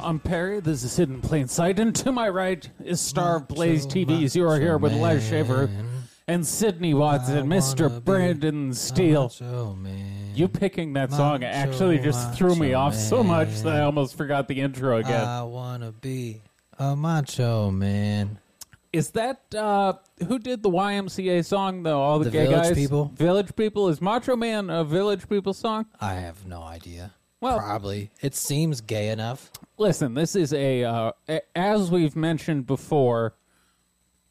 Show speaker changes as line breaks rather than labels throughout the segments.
I'm Perry. This is Hidden Plain Sight, and to my right is Star Blaze TV's. You are here with Les Shaver and Sidney Watts and Mr. Brandon Steele.
Macho man.
You picking that song actually just threw me off so much that I almost forgot the intro
Uh,
again.
I wanna be a macho man.
Is that uh, who did the YMCA song though? All the,
The
gay
Village
guys,
People?
Village People is Macho Man a Village People song?
I have no idea.
Well-
probably. It seems gay enough.
Listen, this is a uh, a- as we've mentioned before.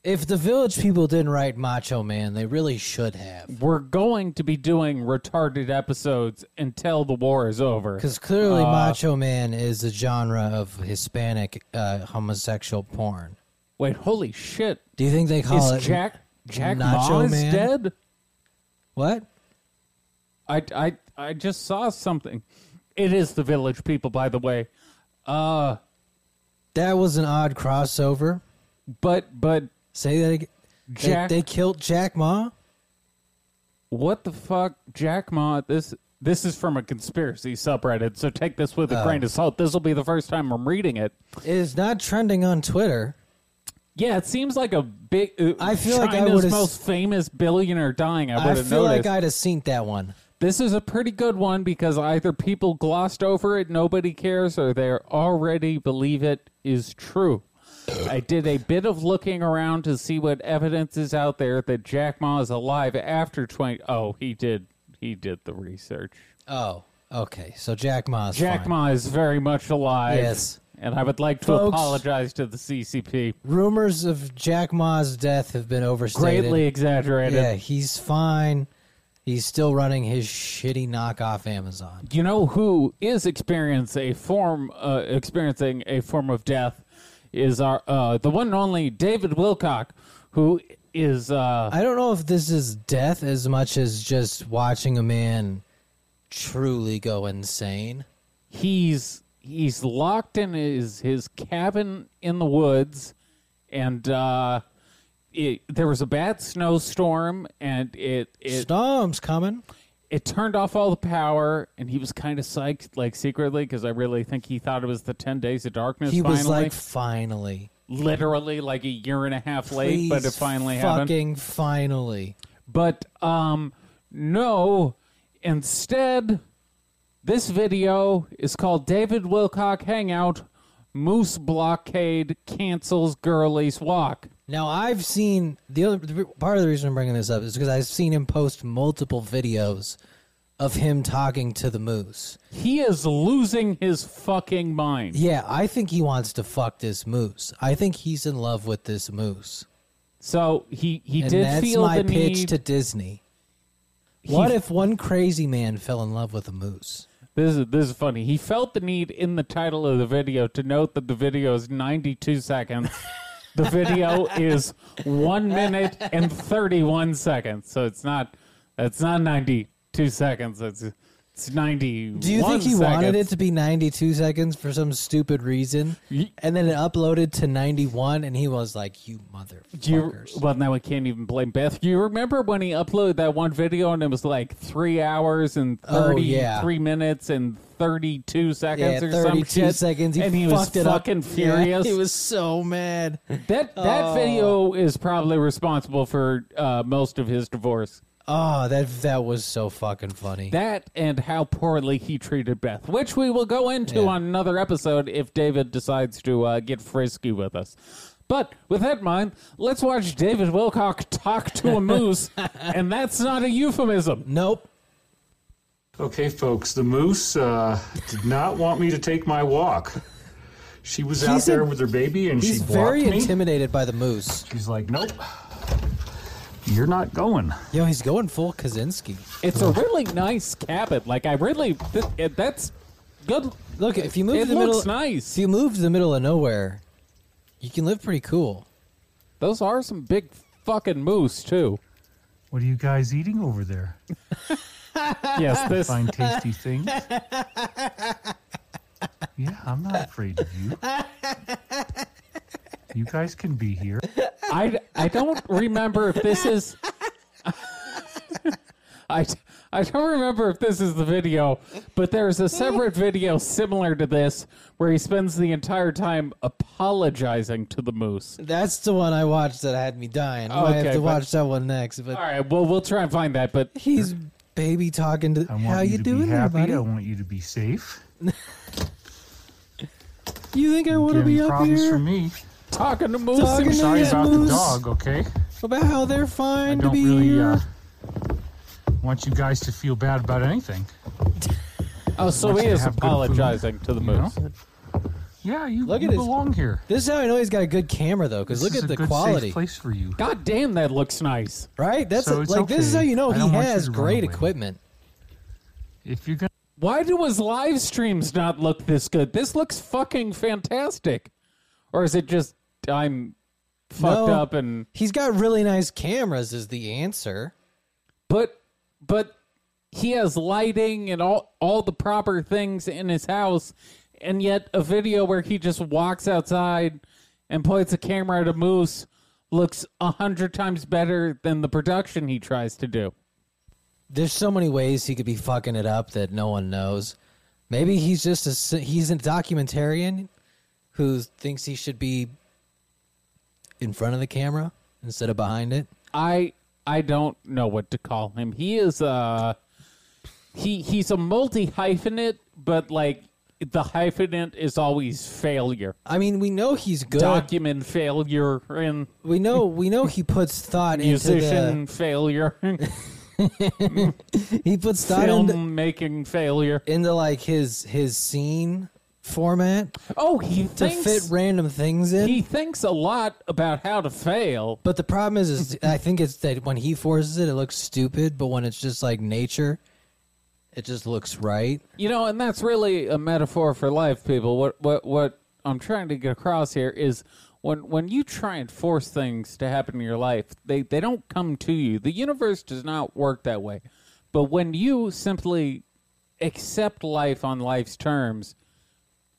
If the village people didn't write Macho Man, they really should have.
We're going to be doing retarded episodes until the war is over.
Because clearly, Macho Man is a genre of Hispanic uh, homosexual porn.
Wait, holy shit!
Do you think they call
Is
it
Jack Jack
Oh, Nacho
Ma is
Man?
dead?
What?
I, I I just saw something. It is the village people, by the way.
That was an odd crossover.
But but
Say that again. They-
Jack-
They, killed Jack Ma.
what the fuck, Jack Ma? This this is from a conspiracy subreddit, so take this with
Oh.
a grain of salt. This will be the first time I'm reading it.
It is not trending on Twitter.
Yeah, it seems like a big. Uh,
I feel like I
China's
would've-
most famous billionaire dying. I
I
would have
feel
noticed.
like I'd have seen that one.
This is a pretty good one because either people glossed over it, nobody cares, or they already believe it is true. I did a bit of looking around to see what evidence is out there that Jack Ma is alive after 20. Oh, he did. He did the research.
Oh, okay. So Jack Ma's
Jack
fine.
Ma is very much alive.
Yes.
And I would like to
Folks.
apologize to the CCP.
Rumors of Jack Ma's death have been overstated.
Greatly exaggerated.
Yeah, he's fine. He's still running his shitty knockoff Amazon.
You know who is experience a form uh, experiencing a form of death is our uh, the one and only David Wilcock, who is uh,
I don't know if this is death as much as just watching a man truly go insane.
he's he's locked in his his cabin in the woods, and uh, it, there was a bad snowstorm, and it it
Storm's coming.
it turned off all the power, and he was kind of psyched, like secretly, because I really think he thought it was the ten days of darkness.
He
finally.
was like, finally.
literally like a year and a half late,
Please,
but it finally happened.
fucking finally.
But um, no, instead, this video is called David Wilcock Hangout Moose Blockade Cancels Girlies Walk.
Now I've seen the other the, part of the reason I'm bringing this up is because I've seen him post multiple videos of him talking to the moose.
He is losing his fucking mind.
Yeah, I think he wants to fuck this moose. I think he's in love with this moose.
So he he
And
did
that's
feel
my
the
pitch
need.
to Disney.
He-
What if one crazy man fell in love with a moose?
This is this is funny. He felt the need in the title of the video to note that the video is 92 seconds. the video is one minute and 31 seconds. So it's not that's not 92 seconds. It's it's 91
Do you think he wanted it
seconds.
to be 92 seconds for some stupid reason?
Ye-
And then it uploaded to 91 and he was like, "You motherfuckers."
Do you, well, now I can't even blame Beth. Do you remember when he uploaded that one video and it was like three hours and
Oh,
33
yeah.
minutes and 32 seconds
yeah,
or some
32
shit?
seconds. He
and he was
fucked it up.
fucking
Yeah,
furious.
he was so mad.
That that
Oh.
video is probably responsible for uh, most of his divorce.
Oh, that that was so fucking funny.
That and how poorly he treated Beth, which we will go into
Yeah.
on another episode if David decides to uh, get frisky with us. But with that in mind, let's watch David Wilcock talk to a moose, and that's not a euphemism.
nope.
Okay, folks, the moose uh, did not want me to take my walk. She was out
He's a-
there with her baby and she
He's
blocked
very
me.
intimidated by the moose.
She's like, nope, you're not going.
Yo, he's going full Kaczynski.
It's a really nice cabin. Like I really, th- it, that's good.
Look, if you move
It
to the
looks
middle,
nice.
if you move to the middle of nowhere, you can live pretty cool.
Those are some big fucking moose too.
What are you guys eating over there?
Yes, this
Fine, tasty things. Yeah, I'm not afraid of you. You guys can be here.
I, I don't remember if this is. I, I don't remember if this is the video, but there's a separate video similar to this where he spends the entire time apologizing to the moose.
That's the one I watched that had me dying. I
Okay,
have to
but-
watch that one next. But
All right, well, we'll try and find that, but
he's baby talking to.
I want
How
you,
you,
to
doing
be
there,
happy.
buddy?
I want you to be safe.
You think I want to
Giving
be up
problems
here
for me.
talking to moose.
Talking to-
Sorry
Yeah,
about
Moose.
the dog. Okay.
about how they're
I
fine to
don't
be
really
here?
uh, want you guys to feel bad about anything.
oh, so
Wants
he
you to
is
have good food,
apologizing to the
you know?
moose.
Yeah, you,
Look
you
at his-
belong here.
this is how I know he's got a good camera though, because
This
look at
is a
the
good,
quality.
Safe place for you.
God damn, that looks nice.
Right? That's
So
a,
it's
like this is
okay.
how you know
I
he
don't want you
has
to run
great
away.
equipment.
If you're gonna
Why do his live streams not look this good? This looks fucking fantastic. Or is it just I'm fucked
No.
up and
He's got really nice cameras is the answer.
but but he has lighting and all all the proper things in his house and yet a video where he just walks outside and points a camera at a moose looks a hundred times better than the production he tries to do
There's so many ways he could be fucking it up that no one knows. Maybe he's just a s- he's a documentarian who thinks he should be in front of the camera instead of behind it.
i i don't know what to call him he is uh he he's a multi hyphenate but like the hyphenate is always failure
I mean, we know he's good.
document failure and
we know we know he puts thought into
musician
the
failure
he puts thought
film
into,
making failure.
into like his his scene format
Oh, he
to
thinks
fit random things in.
he thinks a lot about how to fail.
But the problem is, is I think it's that when he forces it, it looks stupid. But when it's just like nature, it just looks right.
You know, and that's really a metaphor for life, people. What what what I'm trying to get across here is when when you try and force things to happen in your life, they, they don't come to you. The universe does not work that way. But when you simply accept life on life's terms,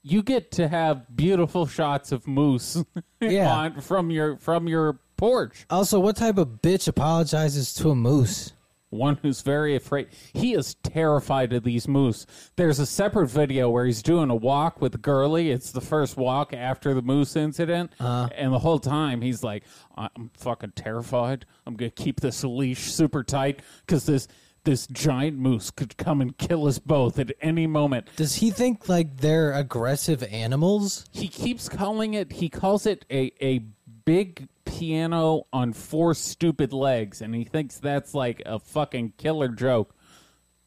you get to have beautiful shots of moose
Yeah.
on, from your from your porch.
Also, what type of bitch apologizes to a moose?
one who's very afraid. He is terrified of these moose. There's a separate video where he's doing a walk with Gurley. It's the first walk after the moose incident, and the whole time he's like, "I'm fucking terrified. I'm gonna keep this leash super tight because this." This giant moose could come and kill us both at any moment.
Does he think like they're aggressive animals?
He keeps calling it. He calls it a a big piano on four stupid legs, and he thinks that's like a fucking killer joke.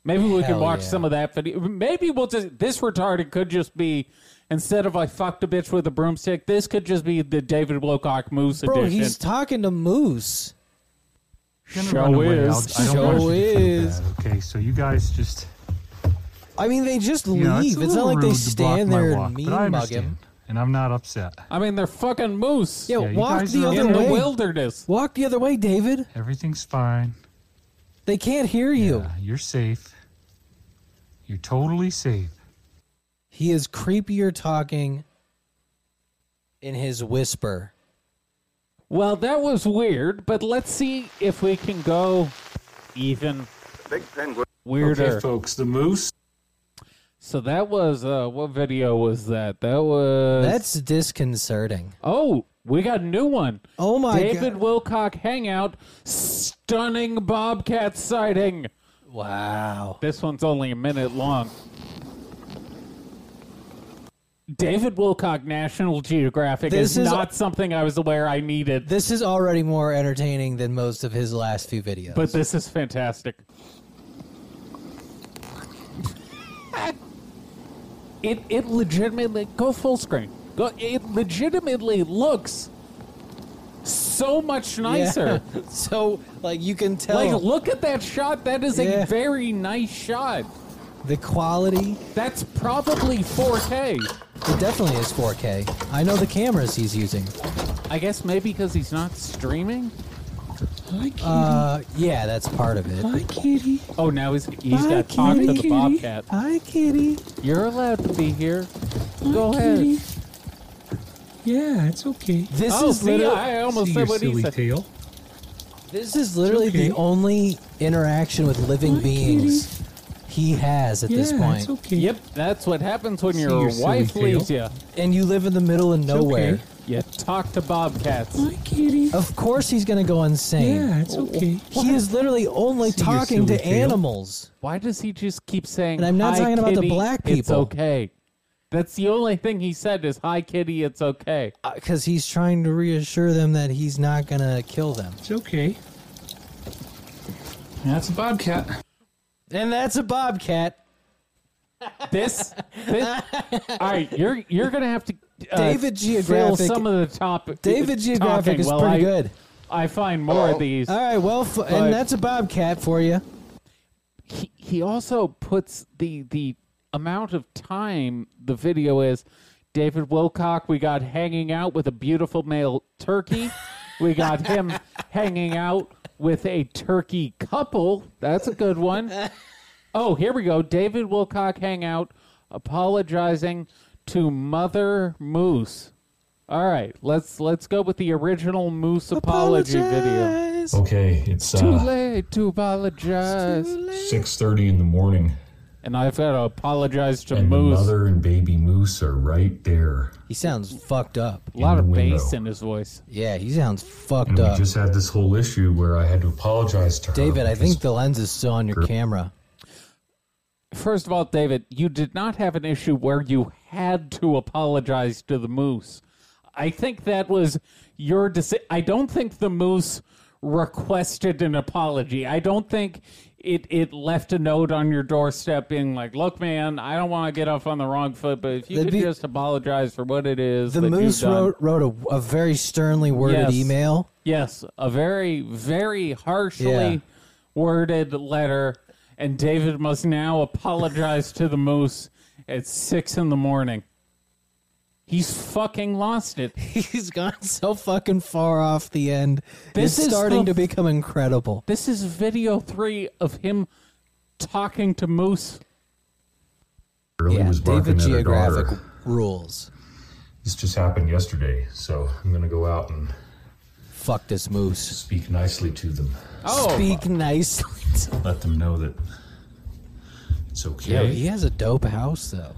Maybe we can
Hell
watch
yeah.
some of that video. Maybe we'll just this retarded could just be instead of I fucked a bitch with a broomstick. This could just be the David Wilcock Moose
Bro,
edition.
he's talking to moose.
gonna
Show
run away,
is.
I'll- I don't
Show
want you to feel
is.
bad, Okay, so you guys just
I mean, they just
you know,
leave.
it's,
It's,
a
not
little
like they
rude to
stand
block my
there
walk,
and mean
but I
mug
understand,
him.
and I'm not upset.
I mean, they're fucking moose
Yeah,
Yeah, you
walk
guys
the
are-
other
in the
way.
wilderness.
Walk the other way, David.
Everything's fine.
They can't hear you.
Yeah, you're safe. You're totally safe.
He is creepier talking in his whisper.
Well, that was weird, but let's see if we can go even
Big penguin.
weirder.
Okay,
folks, the moose.
So that was uh what video was that? That was
That's disconcerting.
Oh, we got a new one.
Oh my
David
god.
Wilcock hangout stunning bobcat sighting.
Wow.
This one's only a minute long. David Wilcock National Geographic
This
is,
is-
not something I was aware I needed,
This is already more entertaining than most of his last few videos.
but this is fantastic. it it legitimately go full screen. Go it legitimately looks so much
Yeah.
nicer.
so like you can tell
Like, look at that shot. That is
Yeah.
a very nice shot.
the quality.
That's probably 4K.
It definitely is 4K. I know the cameras he's using.
I guess maybe because he's not streaming.
Uh, yeah, that's part of it.
Oh, now he's he's got to talk to the bobcat.
Hi, kitty.
You're allowed to be here. Go ahead.
Yeah, it's okay.
This
Oh,
is
see, Oh,
literally.
I almost said what he said.
tail.
This is literally the only interaction with living
Hi,
beings he has at
Yeah,
this point.
it's okay.
Yep, that's what happens when
See
your,
your silly
wife
tail.
leaves you.
And you live in the middle of nowhere.
okay.
You talk to bobcats.
Hi, kitty.
Of course he's going to go insane.
yeah, it's okay.
He is literally only
your
talking to
silly tail.
animals.
Why does he just keep saying?
And I'm not
"Hi,
talking about the
kitty,
black
It's
people."
okay. That's the only thing he said is "Hi, kitty. It's okay."
Because uh, he's trying to reassure them that he's not going to kill them.
It's okay.
That's a bobcat.
And that's a bobcat.
This, this all right. You're you're gonna have to uh,
David
fill
Geographic.
some of the top.
David Geographic
talking
is
while
pretty
I-
good.
I find more of these.
All right, well, f-
But-
and that's a bobcat for you.
he, he also puts the the amount of time the video is David Wilcock we got hanging out with a beautiful male turkey we got him hanging out with a turkey couple that's a good one. Oh, here we go David Wilcock hangout apologizing to mother moose all right let's let's go with the original moose apology video
Apologize.
Okay, it's
too
uh,
late to apologize
six thirty in the morning,
And I've got to apologize to
and
Moose.
the mother and baby moose are right there.
He sounds fucked up.
a lot
in the
of
window.
bass in his voice.
Yeah, he sounds fucked
And
up.
we just had this whole issue where I had to apologize to her.
David, I
because-
think the lens is still on your camera.
First of all, David, you did not have an issue where you had to apologize to the Moose. I think that was your decision. I don't think the Moose requested an apology. I don't think it, it left a note on your doorstep being like, look, man, I don't want to get off on the wrong foot, but if you
That'd
could
be-
just apologize for what it is.
The
that you've
moose
done."
wrote wrote a, a very sternly worded
Yes.
email.
Yes, a very, very harshly
Yeah.
worded letter, and David must now apologize to the moose at six in the morning. He's fucking lost it.
He's gone so fucking far off the end.
This
This
is
is starting
the-
to become incredible.
This is video three of him talking to Moose.
Really was barking
David
at her
Geographic
daughter.
rules.
This just happened yesterday, so I'm gonna go out and
Fuck this moose.
speak nicely to them.
Oh,
Speak nicely. to-
Let them know that it's
Yo,
okay.
he has a dope house though.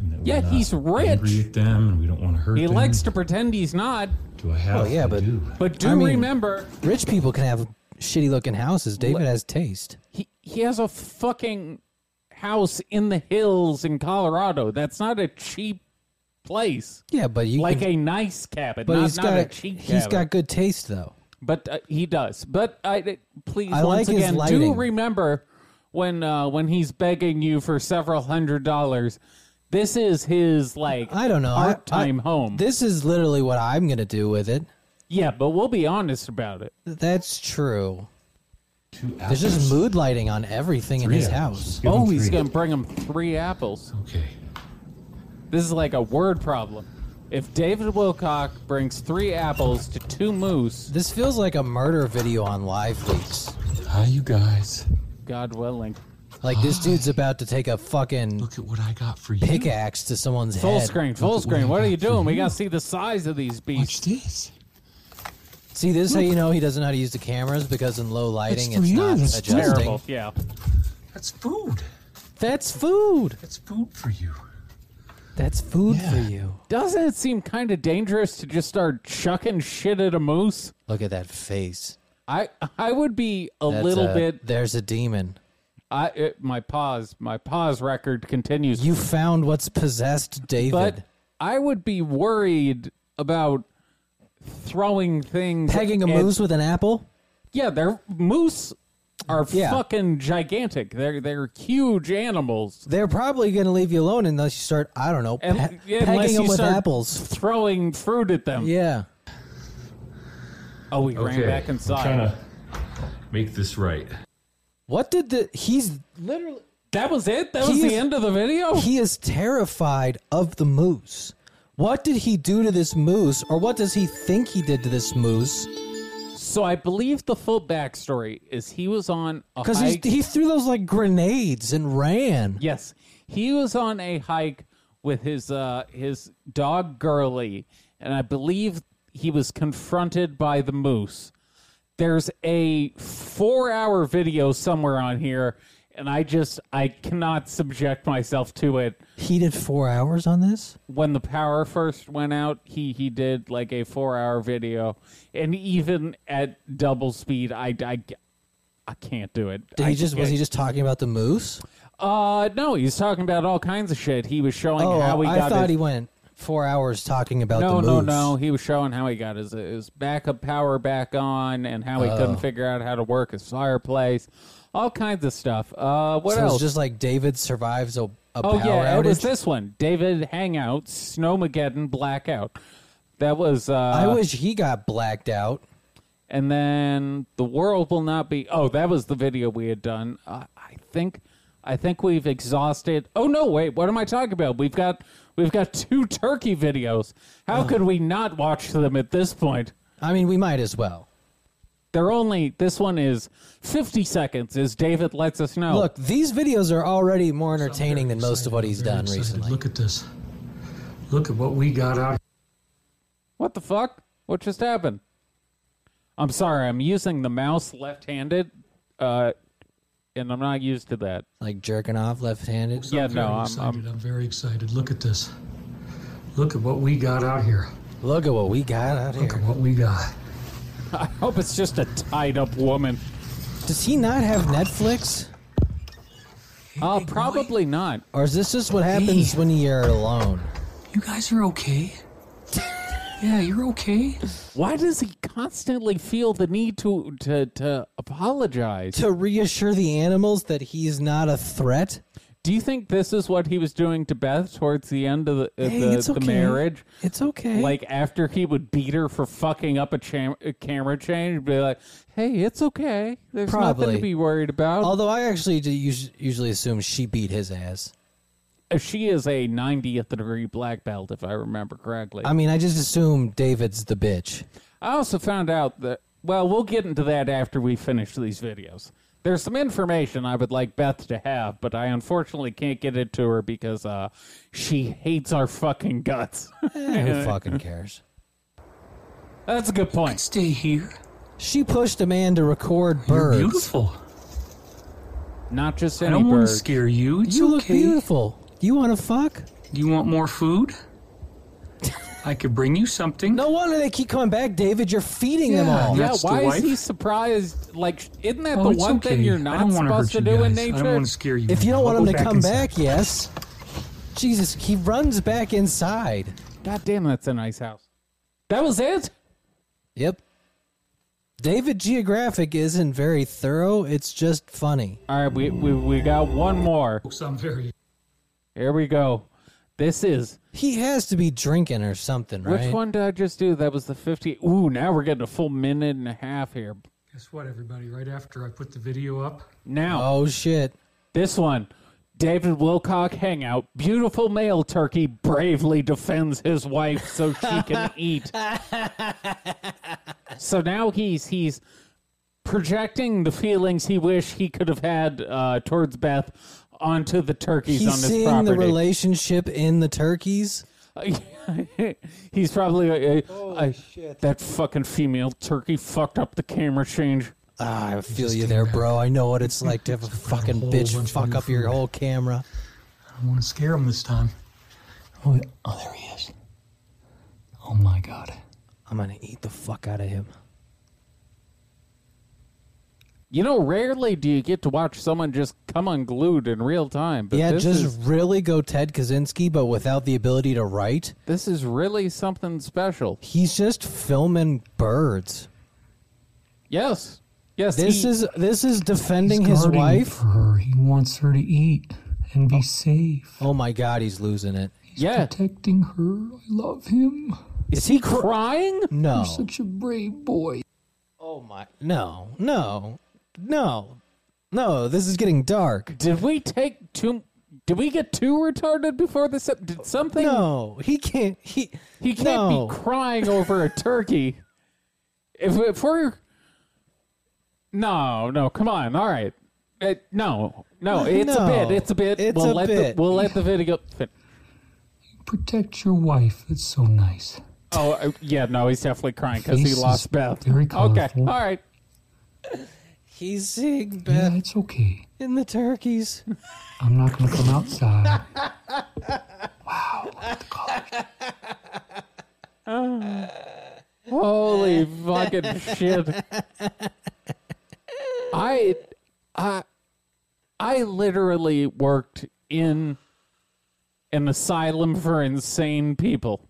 and that we're
Yeah,
not
he's rich.
Angry at them, and we don't want to hurt
he
them.
likes to pretend he's not,
Do I have?
Well, Oh, yeah,
I
but-
do.
but do
I mean-
remember
Rich people can have shitty looking houses. David has taste.
he, he has a fucking house in the hills in Colorado. That's not a cheap place.
Yeah, but you
like
can,
a nice cabin,
but
not,
he's
not
got
a cheap
he's
cabin.
got good taste though.
but uh, he does. But I I- please
I
once
like his
again do
lighting.
remember when uh, when he's begging you for several hundred dollars. This is his like
I don't know. I-
part-time
I-
home.
This is literally what I'm gonna do with it.
yeah, but we'll be honest about it.
That's true.
Two
There's
apples.
just mood lighting on everything in his
Three
house.
Give him
oh, he's
three.
gonna bring him three apples.
Okay.
This is like a word problem. If David Wilcock brings three apples to two moose,
This feels like a murder video on live leaks.
Hi, you guys.
God willing,
Like this dude's about to take a fucking
Look at what I got for you.
pickaxe to someone's
full
head.
screen, full
Look at what
screen.
I
What are
got
you
for
doing? We
you.
gotta see the size of these beasts.
Watch this.
See, this is how you know he doesn't know how to use the cameras because in low lighting,
for
it's
you.
not
That's
adjusting.
Terrible. Yeah.
That's food.
That's food.
That's food for you.
That's food for
Yeah.
you.
Doesn't it seem kind of dangerous to just start chucking shit at a moose?
Look at that face.
I I would be a
That's
little bit.
There's a demon.
I it, my pause my pause record continues,
You found what's possessed, David.
but I would be worried about throwing things.
Pegging a
at-
moose with an apple.
Yeah, they're moose are
Yeah.
fucking gigantic. They're they're huge animals.
They're probably going to leave you alone unless you start. I don't know.
And-
pe-
yeah, unless
pegging
you
them with
start-
apples.
Throwing fruit at them.
Yeah.
Oh, we ran back inside.
Trying to make this right.
What did the? He's literally.
That was it. That
He
was the
is-
end of the video.
He is terrified of the moose. What did he do to this moose, or what does he think he did to this moose?
So I believe the full backstory is he was on a
Because
hike.
he threw those like grenades and ran.
yes, he was on a hike with his uh, his dog Girly, and I believe he was confronted by the moose. there's a four hour video somewhere on here, and I just I cannot subject myself to it.
He did four hours on this.
When the power first went out, he he did like a four hour video, and even at double speed, I I, I can't do it.
Did
I
he just was he just talking about the moose?
Uh, no, he's talking about all kinds of shit. He was showing how he
Oh, I
got
thought
his
he went four hours talking about
no,
the moose.
no, no. He was showing how he got his, his backup power back on and how he
Oh.
couldn't figure out how to work his fireplace. All kinds of stuff. Uh, what
So it was
else?
just like David survives a, a
oh,
power
yeah.
outage.
It was this one David Hangout, Snowmageddon, Blackout. That was. Uh,
I wish he got blacked out.
and then the world will not be. Oh, that was the video we had done. Uh, I think, I think we've exhausted. Oh no, wait, what am I talking about? We've got, we've got two turkey videos. How could we not watch them at this point?
I mean, we might as well.
They're only this one is fifty seconds. As David lets us know,
Look, these videos are already more entertaining than most of what he's
Very
done
excited.
recently.
Look at this. Look at what we got out.
what the fuck? What just happened? I'm sorry, I'm using the mouse left-handed, uh, and I'm not used to that.
Like jerking off left-handed.
Yeah,
I'm
no,
very
I'm-
excited. I'm very excited. Look at this. Look at what we got out here.
Look at what we got out
Look at
here.
what we got.
I hope it's just a tied-up woman.
Does he not have Netflix?
Uh, probably not.
Or is this just what happens when you're alone?
You guys are okay. Yeah, you're okay.
Why does he constantly feel the need to to to apologize?
To reassure the animals that he's not a threat?
Do you think this is what he was doing to Beth towards the end of the uh,
Hey,
the,
it's
the
okay.
marriage?
It's okay.
Like after he would beat her for fucking up a, cham- a camera change, he'd be like, "Hey, it's okay. There's nothing
Probably.
to be worried about."
Although I actually do us- usually assume she beat his ass.
Uh, she is a 90th degree black belt, if I remember correctly.
I mean, I just assume David's the bitch.
I also found out that, well, we'll get into that after we finish these videos. There's some information I would like Beth to have, but I unfortunately can't get it to her because uh, she hates our fucking guts.
Eh, who fucking cares?
That's a good point.
Stay here.
She pushed a man to record birds.
Beautiful.
Not just
I
any
don't want
bird.
to scare you. It's
You look
okay.
beautiful. You want to fuck?
Do you want more food? I could bring you something.
No wonder they keep coming back, David. You're feeding them
Yeah.
all.
yeah,
That's the
why is
wife?
he surprised? Like, isn't that
Oh,
the
it's
one
okay.
thing you're
I
not
don't wanna hurt
supposed to
you
do in
guys.
nature?
I don't want to scare you.
If you don't
I'll
want
go
him to come
inside.
back, yes. Jesus, he runs back inside.
God damn, that's a nice house. That was it?
Yep. David Geographic isn't very thorough. It's just funny.
All right, we, we, we got one more.
Folks, I'm very
Here we go. This is
He has to be drinking or something, right?
Which one did I just do? That was the 50. Ooh, now we're getting a full minute and a half here.
Guess what, everybody? Right after I put the video up,
Now,
Oh shit!
this one David Wilcock Hangout. Beautiful male turkey bravely defends his wife so she can eat. so now he's he's projecting the feelings he wish he could have had uh, towards Beth onto the turkeys
He's
on his
seeing
property.
the relationship in the turkeys.
He's probably like, uh, I- that fucking female turkey fucked up the camera change.
Ah, I feel you there, bro. I know what it's like to have a fucking
whole
bitch
bunch of
fuck
new
up your
food.
whole camera.
I don't want to scare him this time.
Oh, yeah. Oh, there he is. Oh my God.
I'm gonna eat the fuck out of him.
You know, rarely do you get to watch someone just come unglued in real time. But
yeah,
this
just
is,
really go Ted Kaczynski, but without the ability to write.
this is really something special.
He's just filming birds.
Yes, yes.
This
he-
is this is defending his
He's guarding
wife.
For her. He wants her to eat and be safe.
Oh my god, he's losing it.
yeah.
Protecting her. I love him.
Is he crying?
No.
Such a brave boy.
Oh my. No. No. No. No, this is getting dark.
Did we take too? Did we get too retarded before this? ep- Did something?
No, he can't. He
He can't
no.
be crying over a turkey. If, if we're no, no, come on, all right, It- no, no, it's a
No.
bit, it's a bit.
It's
we'll
a
let
bit.
the we'll let the video. Fin-
Protect your wife. That's so nice.
oh uh, yeah, no, he's definitely crying because he
Face is
lost Beth.
very
Okay, all
colorful.
right,
He's seeing
Yeah,
Beth
it's okay.
in the turkeys.
I'm not gonna come outside.
Holy fucking shit. I I I literally worked in an asylum for insane people.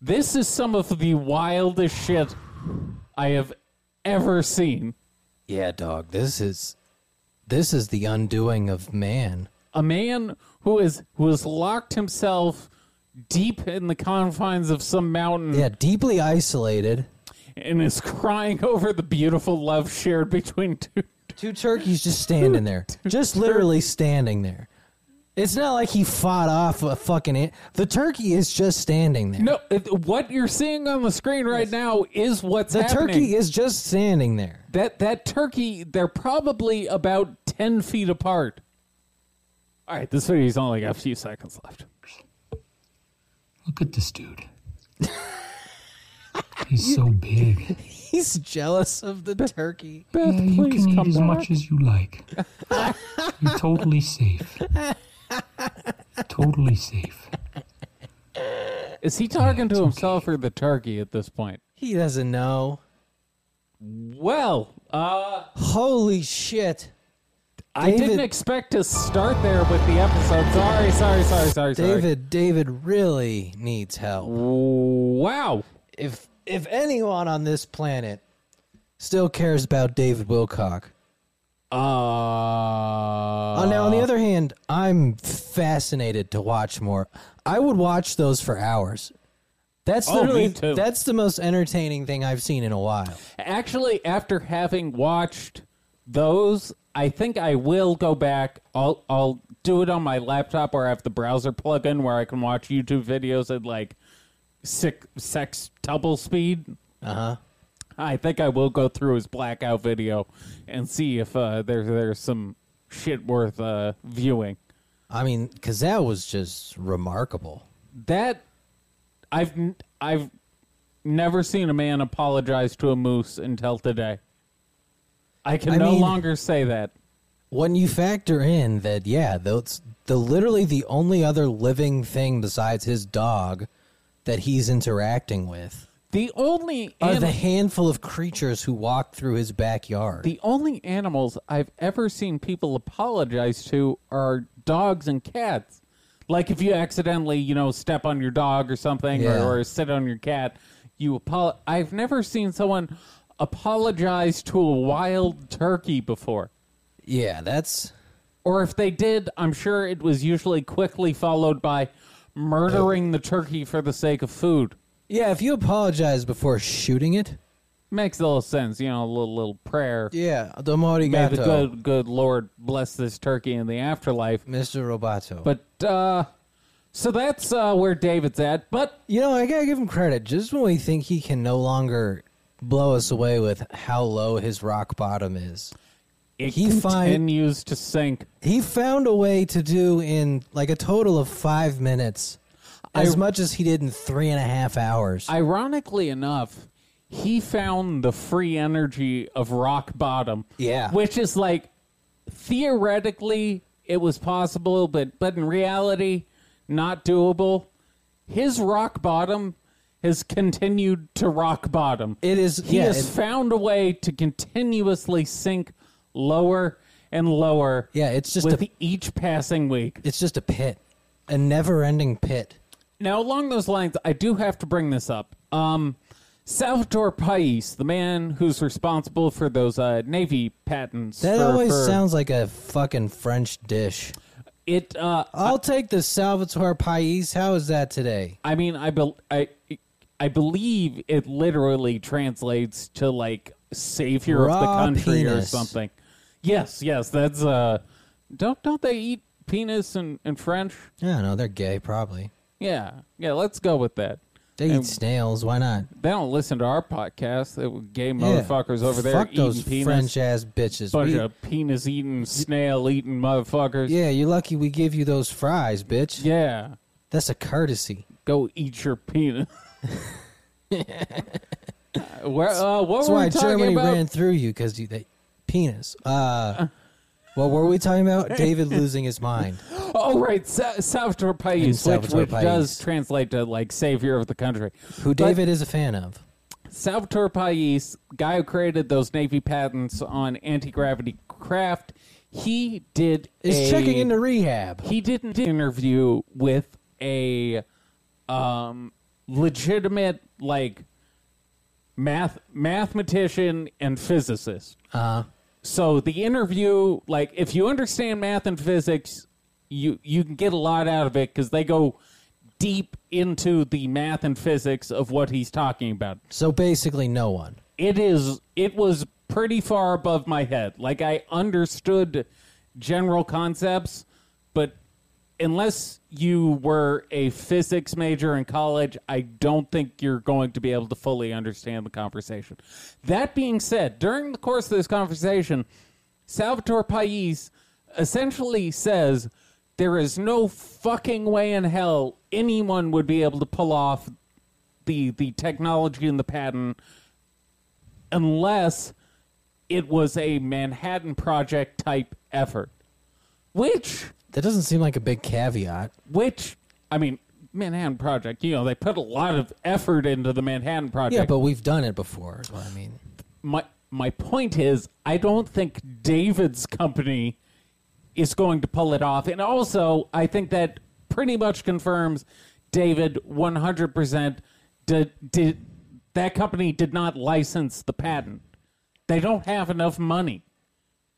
This is some of the wildest shit I have ever seen.
Yeah, dog. This is this is the undoing of man.
a man who is who has locked himself deep in the confines of some mountain
Yeah, deeply isolated.
and is crying over the beautiful love shared between two
Two turkeys just standing there. Just literally standing there. It's not like he fought off a fucking it. The turkey is just standing there.
no it- what you're seeing on the screen right now is what's
the
happening
turkey is just standing there.
that that turkey they're probably about 10 feet apart all right this video's only got a few seconds left
Look at this dude. He's so big.
He's jealous of the turkey.
Beth,
Yeah, you
please
can eat
come
as
back.
much as you like. You're totally safe. Totally safe.
Is he talking to himself or the turkey at this point?
He doesn't know.
Well, uh,
Holy shit.
I didn't
David-
expect to start there with the episode. Sorry, sorry, sorry, sorry, sorry.
David David really needs help.
Wow.
If if anyone on this planet still cares about David Wilcock.
Uh,
Uh, now on the other hand, I'm fascinated to watch more. I would watch those for hours. That's
Oh, me
literally
too.
that's the most entertaining thing I've seen in a while.
actually, after having watched those, I think I will go back. I'll I'll do it on my laptop or I have the browser plug-in where I can watch YouTube videos at like six sex double speed. Uh huh. I think I will go through his blackout video and see if uh, there's there's some shit worth uh, viewing.
I mean, because that was just remarkable.
that I've n- I've never seen a man apologize to a moose until today. I can
I
no
mean-
longer say that.
When you factor in that, yeah, those the literally the only other living thing besides his dog that he's interacting with
The only
are
anim-
the handful of creatures who walk through his backyard.
the only animals I've ever seen people apologize to are dogs and cats. Like if you accidentally, you know, step on your dog or something
Yeah.
or, or sit on your cat, you apologize. I've never seen someone apologize to a wild turkey before.
yeah, that's
Or if they did, I'm sure it was usually quickly followed by murdering the turkey for the sake of food.
yeah. If you apologize before shooting it,
Makes a little sense, you know, a little little prayer.
yeah, uh,
May the
Domorigato.
good good Lord bless this turkey in the afterlife.
Mr. Roboto.
But uh so that's uh where David's at. But
you know, I gotta give him credit. Just when we think he can no longer blow us away with how low his rock bottom is,
it
He find-
continues to sink.
he found a way to do in like a total of five minutes as much as he did in three and a half hours.
Ironically enough, he found the free energy of rock bottom.
Yeah.
Which is like theoretically it was possible, but but in reality, not doable. His rock bottom has continued to rock bottom.
it is
he
yeah,
has
it-
found a way to continuously sink lower and lower
yeah, it's just
with
a
each passing week.
it's just a pit. A never ending pit.
Now, along those lines, I do have to bring this up. Um, Salvatore Pais, the man who's responsible for those uh, Navy patents.
That
for-
always
for-
sounds like a fucking French dish.
It. Uh,
I'll take the Salvatore Pais. How is that today?
I mean, I, bel I, I believe it literally translates to like savior of the
Raw
country or
penis.
something. Yes, yes, that's. Uh, don't don't they eat penis in, in French?
I don't know. They're gay, probably.
Yeah, yeah. Let's go with that.
They
And-
eat snails. Why not?
They don't listen to our podcast. They were gay
Yeah.
motherfuckers over there
Fuck
eating
those
penis.
French ass bitches.
bunch
We-
of penis eating, snail eating motherfuckers.
yeah, you're lucky we give you those fries, bitch.
Yeah.
That's a courtesy.
Go eat your penis. Where, uh, what
That's
were
why
we talking
Germany
about?
ran through you because you that penis. Uh, what were we talking about? David losing his mind.
Oh, right, Sa- Salvatore Pais, which,
Salvatore
which
Pais.
does translate to like savior of the country.
Who David is a fan of.
Salvatore Pais, guy who created those Navy patents on anti gravity craft, he did
Is
a-
checking into rehab.
he did an interview with a um, legitimate like math mathematician and physicist.
Uh,
So the interview, like, if you understand math and physics, you you can get a lot out of it because they go deep into the math and physics of what he's talking about.
so basically, no one.
It is it was pretty far above my head. Like I understood general concepts, but unless you were a physics major in college, I don't think you're going to be able to fully understand the conversation. That being said, during the course of this conversation, Salvatore Pais essentially says there is no fucking way in hell anyone would be able to pull off the the technology and the patent unless it was a Manhattan Project type effort. Which,
That doesn't seem like a big caveat.
which, I mean, Manhattan Project, you know, they put a lot of effort into the Manhattan Project.
Yeah, but we've done it before. Is what I mean.
my, my point is, I don't think David's company is going to pull it off. And also, I think that pretty much confirms David 100% did, did, that company did not license the patent. They don't have enough money.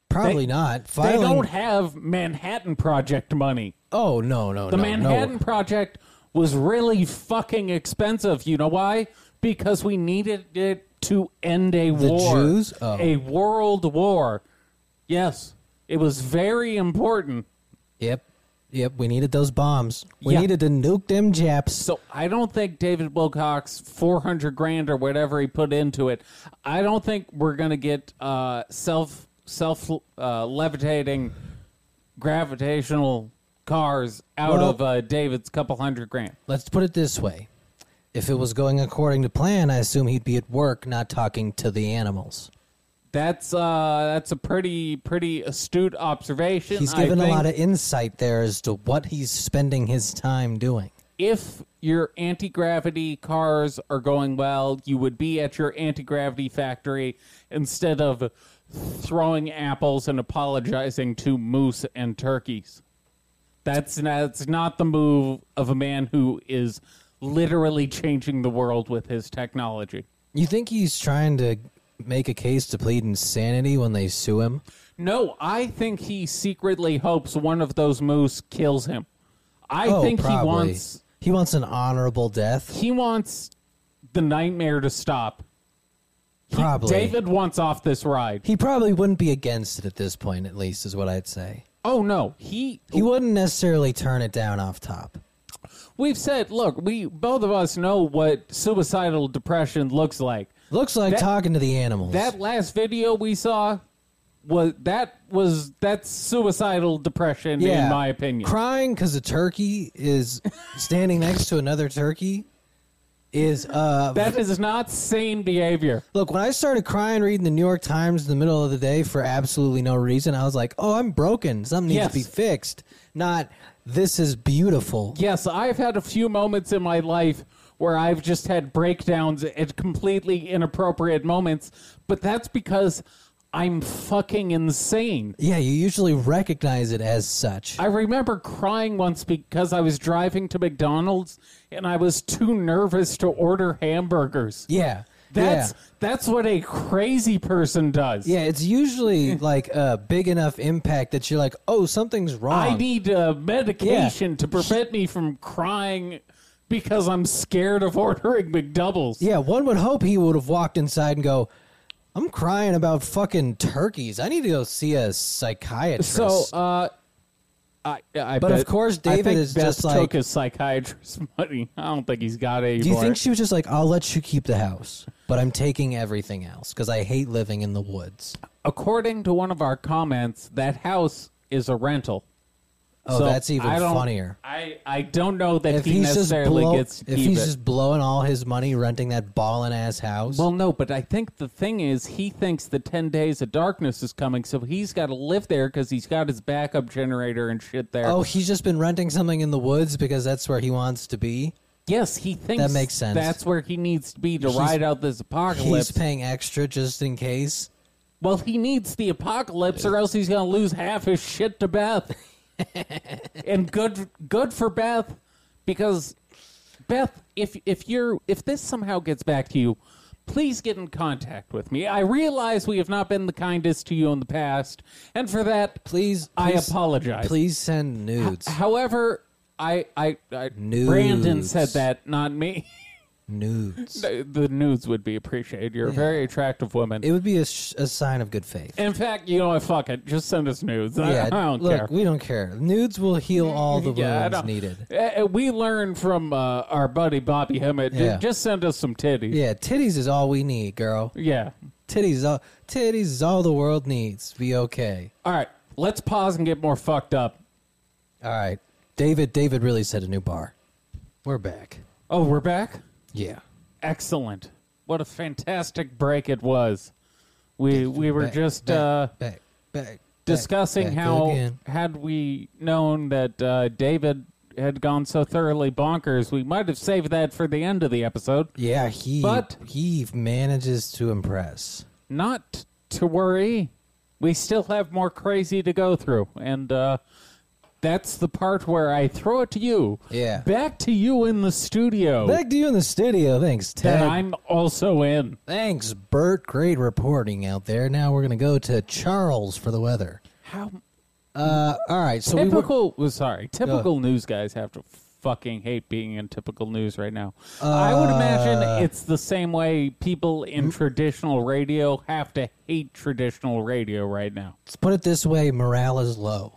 Probably not.
They
Filing.
don't have Manhattan Project money.
oh no, no,
The
no,
Manhattan
no.
Project was really fucking expensive. You know why? Because we needed it to end a war.
Jews? Oh.
A world war. Yes. It was very important.
Yep, yep. We needed those bombs. We
Yeah.
needed to nuke them Japs.
So I don't think David Wilcox, 400 grand or whatever he put into it, I don't think we're going to get uh, self self uh, levitating gravitational cars out
Well-
of uh, David's couple hundred grand.
Let's put it this way. If it was going according to plan, I assume he'd be at work not talking to the animals.
That's uh, that's a pretty pretty astute observation.
He's
I
given a
think
lot of insight there as to what he's spending his time doing.
if your anti gravity cars are going well, you would be at your anti gravity factory instead of throwing apples and apologizing to moose and turkeys. That's that's not the move of a man who is literally changing the world with his technology.
You think he's trying to make a case to plead insanity when they sue him?
No, I think he secretly hopes one of those moose kills him. I think he wants
Oh, He wants an honorable death.
he wants the nightmare to stop. He-
Probably.
David wants off this ride.
He probably wouldn't be against it at this point, at least, is what I'd say.
Oh no, he.
He wouldn't necessarily turn it down off top.
We've said, look, we both of us know what suicidal depression looks like.
Looks like
That-
talking to the animals.
That last video we saw was that was that's suicidal depression in my opinion.
Crying because a turkey is standing next to another turkey is uh
that is not sane behavior.
look when I started crying reading the New York Times in the middle of the day for absolutely no reason, I was like, Oh, I'm broken. Something needs
Yes.
to be fixed. Not this is beautiful.
Yes, I've had a few moments in my life where I've just had breakdowns at completely inappropriate moments, but that's because I'm fucking insane.
Yeah, you usually recognize it as such.
I remember crying once because I was driving to McDonald's and I was too nervous to order hamburgers.
yeah.
That's
yeah.
that's what a crazy person does.
Yeah, it's usually like a big enough impact that you're like, oh, something's wrong.
I need uh, medication to prevent me from crying because I'm scared of ordering McDoubles.
Yeah, one would hope he would have walked inside and go, I'm crying about fucking turkeys. I need to go see a psychiatrist.
So, uh, I, I
But of
bet-
course,
I
David
think
is
Beth
just
took
like-
his psychiatrist's money. I don't think he's got any.
Do you
for
think
it.
she was just like, I'll let you keep the house, but I'm taking everything else because I hate living in the woods?
According to one of our comments, that house is a rental.
Oh,
So
that's even
I don't-
funnier.
I, I don't know that
If
he
he's just
necessarily
blow-
gets to
if
keep
he's
it.
just blowing all his money renting that ballin' ass house.
Well, no, but I think the thing is, he thinks the 10 days of darkness is coming, so he's got to live there because he's got his backup generator and shit there.
oh, he's just been renting something in the woods because that's where he wants to be.
yes, he thinks
That makes sense.
That's where he needs to be to ride out this
He's
apocalypse.
paying extra just in case.
well, he needs the apocalypse, or else he's going to lose half his shit to Beth. and good, good for Beth, because Beth, if if you're if this somehow gets back to you, please get in contact with me. I realize we have not been the kindest to you in the past, and for that,
Please,
I
please-
apologize.
Please send nudes.
However, I I, I
Nudes.
Brandon said that, not me.
nudes.
the the nudes would be appreciated. You're a very attractive woman.
It would be a, sh- a sign of good faith.
in fact, you know what? Fuck it. Just send us nudes. I- I, don't
look,
care.
we don't care. Nudes will heal all the
Yeah, I
wounds
don't-
needed.
Uh, uh, we learned from uh, our buddy Bobby Hemmett. J-
Yeah.
Just send us some titties.
Yeah, titties is all we need, girl.
yeah.
Titties, is all, titties is all the world needs. Be okay.
All right. Let's pause and get more fucked up.
All right, David. David really said a new bar. We're back.
Oh, we're back?
Yeah.
Excellent. What a fantastic break it was. We we were
Back,
just
back,
uh,
back, back, back,
discussing
back
how
again.
had we known that uh, David had gone so thoroughly bonkers, we might have saved that for the end of the episode.
Yeah, he
But-
he manages to impress.
Not to worry, we still have more crazy to go through, and uh, that's the part where I throw it to you.
Yeah.
back to you in the studio
Back to you in the studio. Thanks,
that
Ted.
I'm also in.
Thanks, Bert. Great reporting out there. Now we're gonna go to Charles for the weather.
How
Uh, all right. So we were,
typical was sorry typical news guys have to fucking hate being in typical news right now i would imagine it's the same way people in traditional radio have to hate traditional radio right now
let's put it this way: morale is low.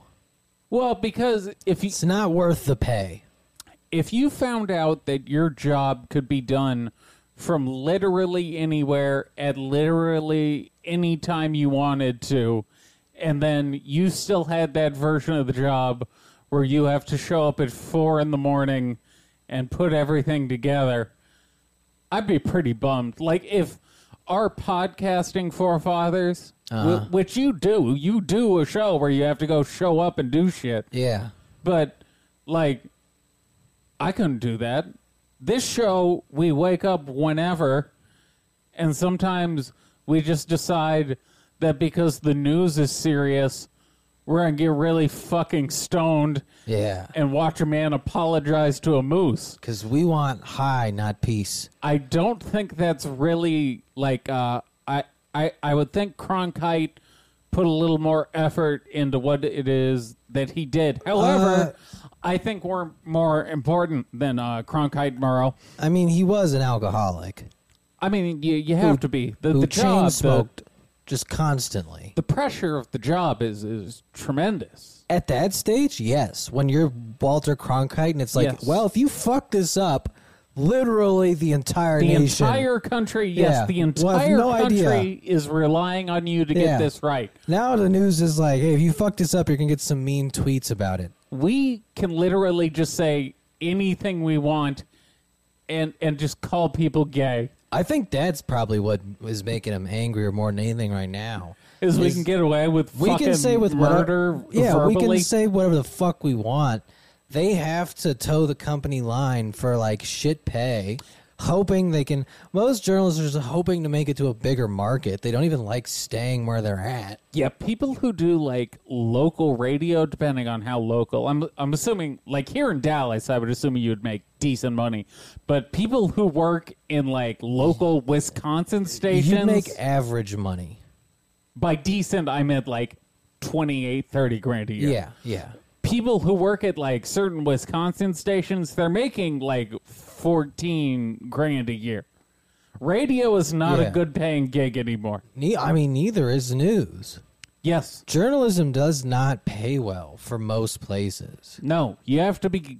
well because if you
It's not worth the pay.
if you found out that your job could be done from literally anywhere at literally any time you wanted to, and then you still had that version of the job where you have to show up at four in the morning and put everything together, I'd be pretty bummed. Like if our podcasting forefathers, wh- which you do, you do a show where you have to go show up and do shit
Yeah.
but like i couldn't do that this show we wake up whenever and sometimes we just decide that because the news is serious we're gonna get really fucking stoned
Yeah.
and watch a man apologize to a moose
Because we want high, not peace.
i don't think that's really like uh i i, I would think cronkite put a little more effort into what it is that he did however
Uh.
i think we're more important than uh cronkite morrow
I mean, he was an alcoholic
i mean you, you have to be the,
who
the
chain
job the,
smoked just constantly.
the pressure of the job is is tremendous
At that stage, yes. When you're Walter Cronkite, and it's like,
Yes.
well, if you fuck this up, literally the entire
the
nation.
entire country yes
Yeah.
the
Well, I have
entire
no
country
idea.
is relying on you to
Yeah.
get this right
now the news is like, hey, if you fuck this up, you're gonna get some mean tweets about it.
we can literally just say anything we want and and just call people gay
I think that's probably what is making him angrier more than anything right now.
is we can get away with
we
fucking
can say with
murder
whatever, yeah,
verbally.
we can say whatever the fuck we want. They have to toe the company line for like shit pay, hoping they can. Most journalists are just hoping to make it to a bigger market. They don't even like staying where they're at.
yeah people who do like local radio depending on how local I'm I'm assuming like here in Dallas I would assume you would make decent money but people who work in like local Wisconsin stations
You make average money.
by decent I meant like 28 30 grand a year
Yeah, yeah.
people who work at like certain Wisconsin stations, they're making like fourteen grand a year. Radio is not
Yeah.
a good paying gig anymore.
Ne- I mean, neither is news.
Yes.
Journalism does not pay well for most places.
No. You have to be.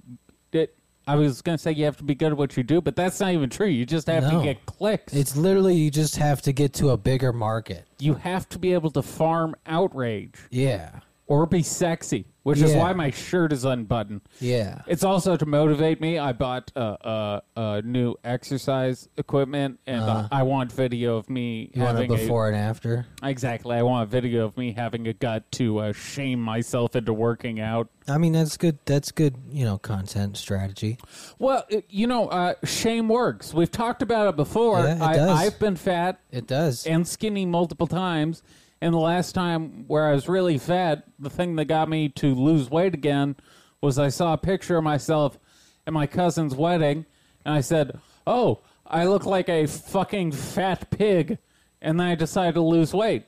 It, I was gonna say you have to be good at what you do, but that's not even true. You just have
No.
to get clicks.
It's literally you just have to get to a bigger market.
you have to be able to farm outrage.
Yeah.
or be sexy, which is
Yeah.
why my shirt is unbuttoned.
Yeah.
It's also to motivate me. I bought uh, uh, uh, new exercise equipment, and uh, I I want video of me
Uh-huh. You want a
having a-
before and after?
exactly. I want a video of me having a gut to uh, shame myself into working out.
I mean, that's good. That's good. You know, content strategy.
Well, it- you know, uh, shame works. We've talked about it before.
Yeah, it
I,
does.
I've been fat
It does.
and skinny multiple times. And the last time where I was really fat, the thing that got me to lose weight again was I saw a picture of myself at my cousin's wedding, and I said, "Oh, I look like a fucking fat pig," and then I decided to lose weight.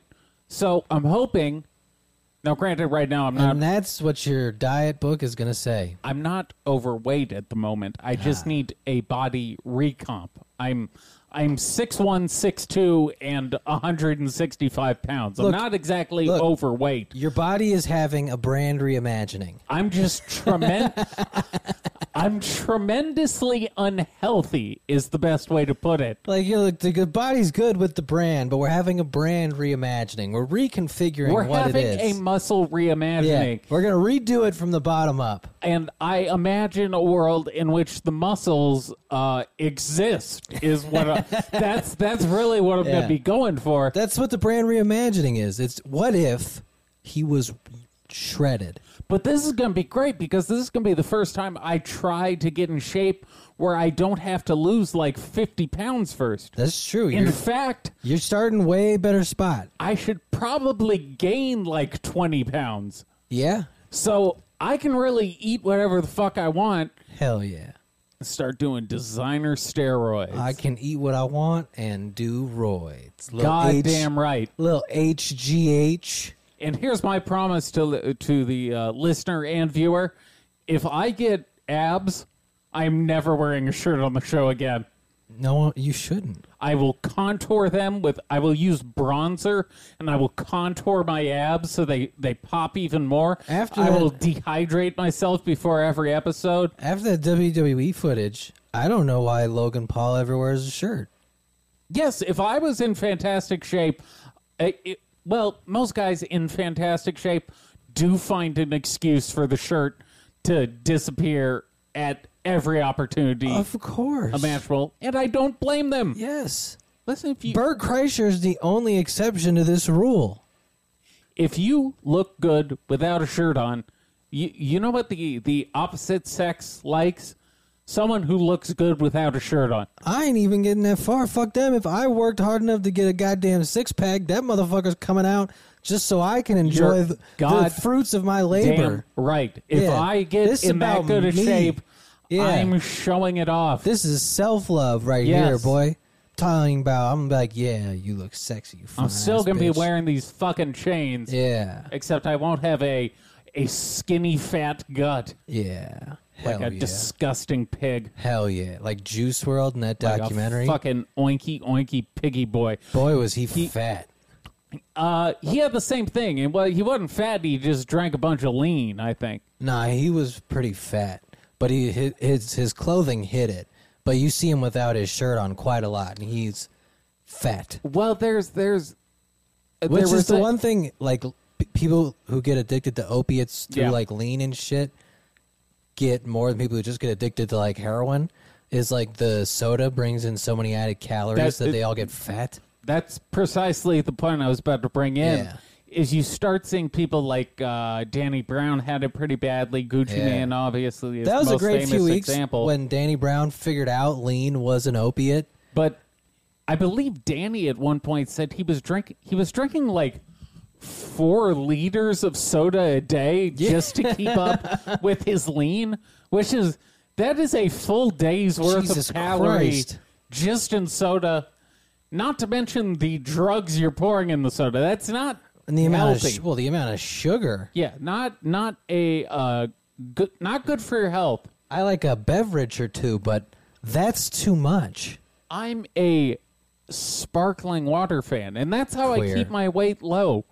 So I'm hoping. Now, granted, right now I'm not.
and that's what your diet book is going to say.
I'm not overweight at the moment. I just need a body recomp. I'm I'm six one, six two, and 165 pounds. I'm
Look,
not exactly
look.
overweight.
Your body is having a brand reimagining.
I'm just tremendous. I'm tremendously unhealthy. Is the best way to put it.
Like, you know, look, the good body's good with the brand, but we're having a brand reimagining. We're reconfiguring
We're
what
having
it
a
is.
muscle reimagining.
yeah, we're going to redo it from the bottom up.
and I imagine a world in which the muscles uh, exist is what I, that's that's really what I'm
Yeah.
gonna be going for.
That's what the brand reimagining is. It's what if he was shredded?
But this is going to be great because this is going to be the first time I try to get in shape where I don't have to lose like 50 pounds first.
That's true.
In
You're,
fact,
you're starting way better spot.
I should probably gain like 20 pounds.
Yeah.
So I can really eat whatever the fuck I want
Hell yeah.
and start doing designer steroids.
I can eat what I want and do roids. Little H-
Goddamn right.
Little HGH.
And here's my promise to to the uh, listener and viewer: if I get abs, I'm never wearing a shirt on the show again.
No, you shouldn't.
I will contour them with I will use bronzer and I will contour my abs so they they pop even more.
After
I
that-
will dehydrate myself before every episode.
After that WWE footage, I don't know why Logan Paul ever wears a shirt.
Yes, if I was in fantastic shape, I- it- well, most guys in fantastic shape do find an excuse for the shirt to disappear at every opportunity
Of course.
imaginable, and I don't blame them.
Yes.
Listen, if you
Bert Kreischer is the only exception to this rule.
if you look good without a shirt on, you you know what the the opposite sex likes? Someone who looks good without a shirt on.
I ain't even getting that far. Fuck them. If I worked hard enough to get a goddamn six pack, that motherfucker's coming out just so I can enjoy
You're
the, the
God
fruits of my labor.
Damn right. If
Yeah.
I get
This
in that
about
good a
me.
shape,
Yeah.
I'm showing it off.
This is self love right
Yes.
here, boy. Talking about, I'm like, yeah, you look sexy. You
I'm still gonna be wearing these fucking chains.
Yeah,
Except I won't have a a skinny fat gut
yeah.
like
Hell
a
yeah.
disgusting pig.
Hell yeah. Like Juice World in that
Like a
documentary.
fucking oinky oinky piggy boy.
Boy, was he, fat.
Uh, he had the same thing, and well, he wasn't fat. He just drank a bunch of lean, I think.
Nah, he was pretty fat, but he hi- his his clothing hid it. But you see him without his shirt on quite a lot, and he's fat.
Well, there's there's
Which
there
is
was
the
a-
one thing, like p- people who get addicted to opiates through
Yeah.
like lean and shit, get more than people who just get addicted to like heroin. Is like the soda brings in so many added calories
That-
that
it-
they all get fat.
that's precisely the point I was about to bring in.
Yeah.
Is you start seeing people like uh, Danny Brown had it pretty badly. Gucci
Yeah.
Man, obviously, is
That was
the
a
most
great
famous
few weeks
example.
when Danny Brown figured out lean was an opiate.
but I believe Danny at one point said he was drinking. He was drinking like four liters of soda a day just to keep up with his lean, which is that is a full day's worth
Jesus
of calories
Christ.
just in soda. Not to mention the drugs you're pouring in the soda. That's not
And the amount
healthy.
of sh- well, the amount of sugar.
Yeah, not not a uh, good, not good for your health.
I like a beverage or two, but that's too much.
I'm a sparkling water fan, and that's how
Queer.
I keep my weight low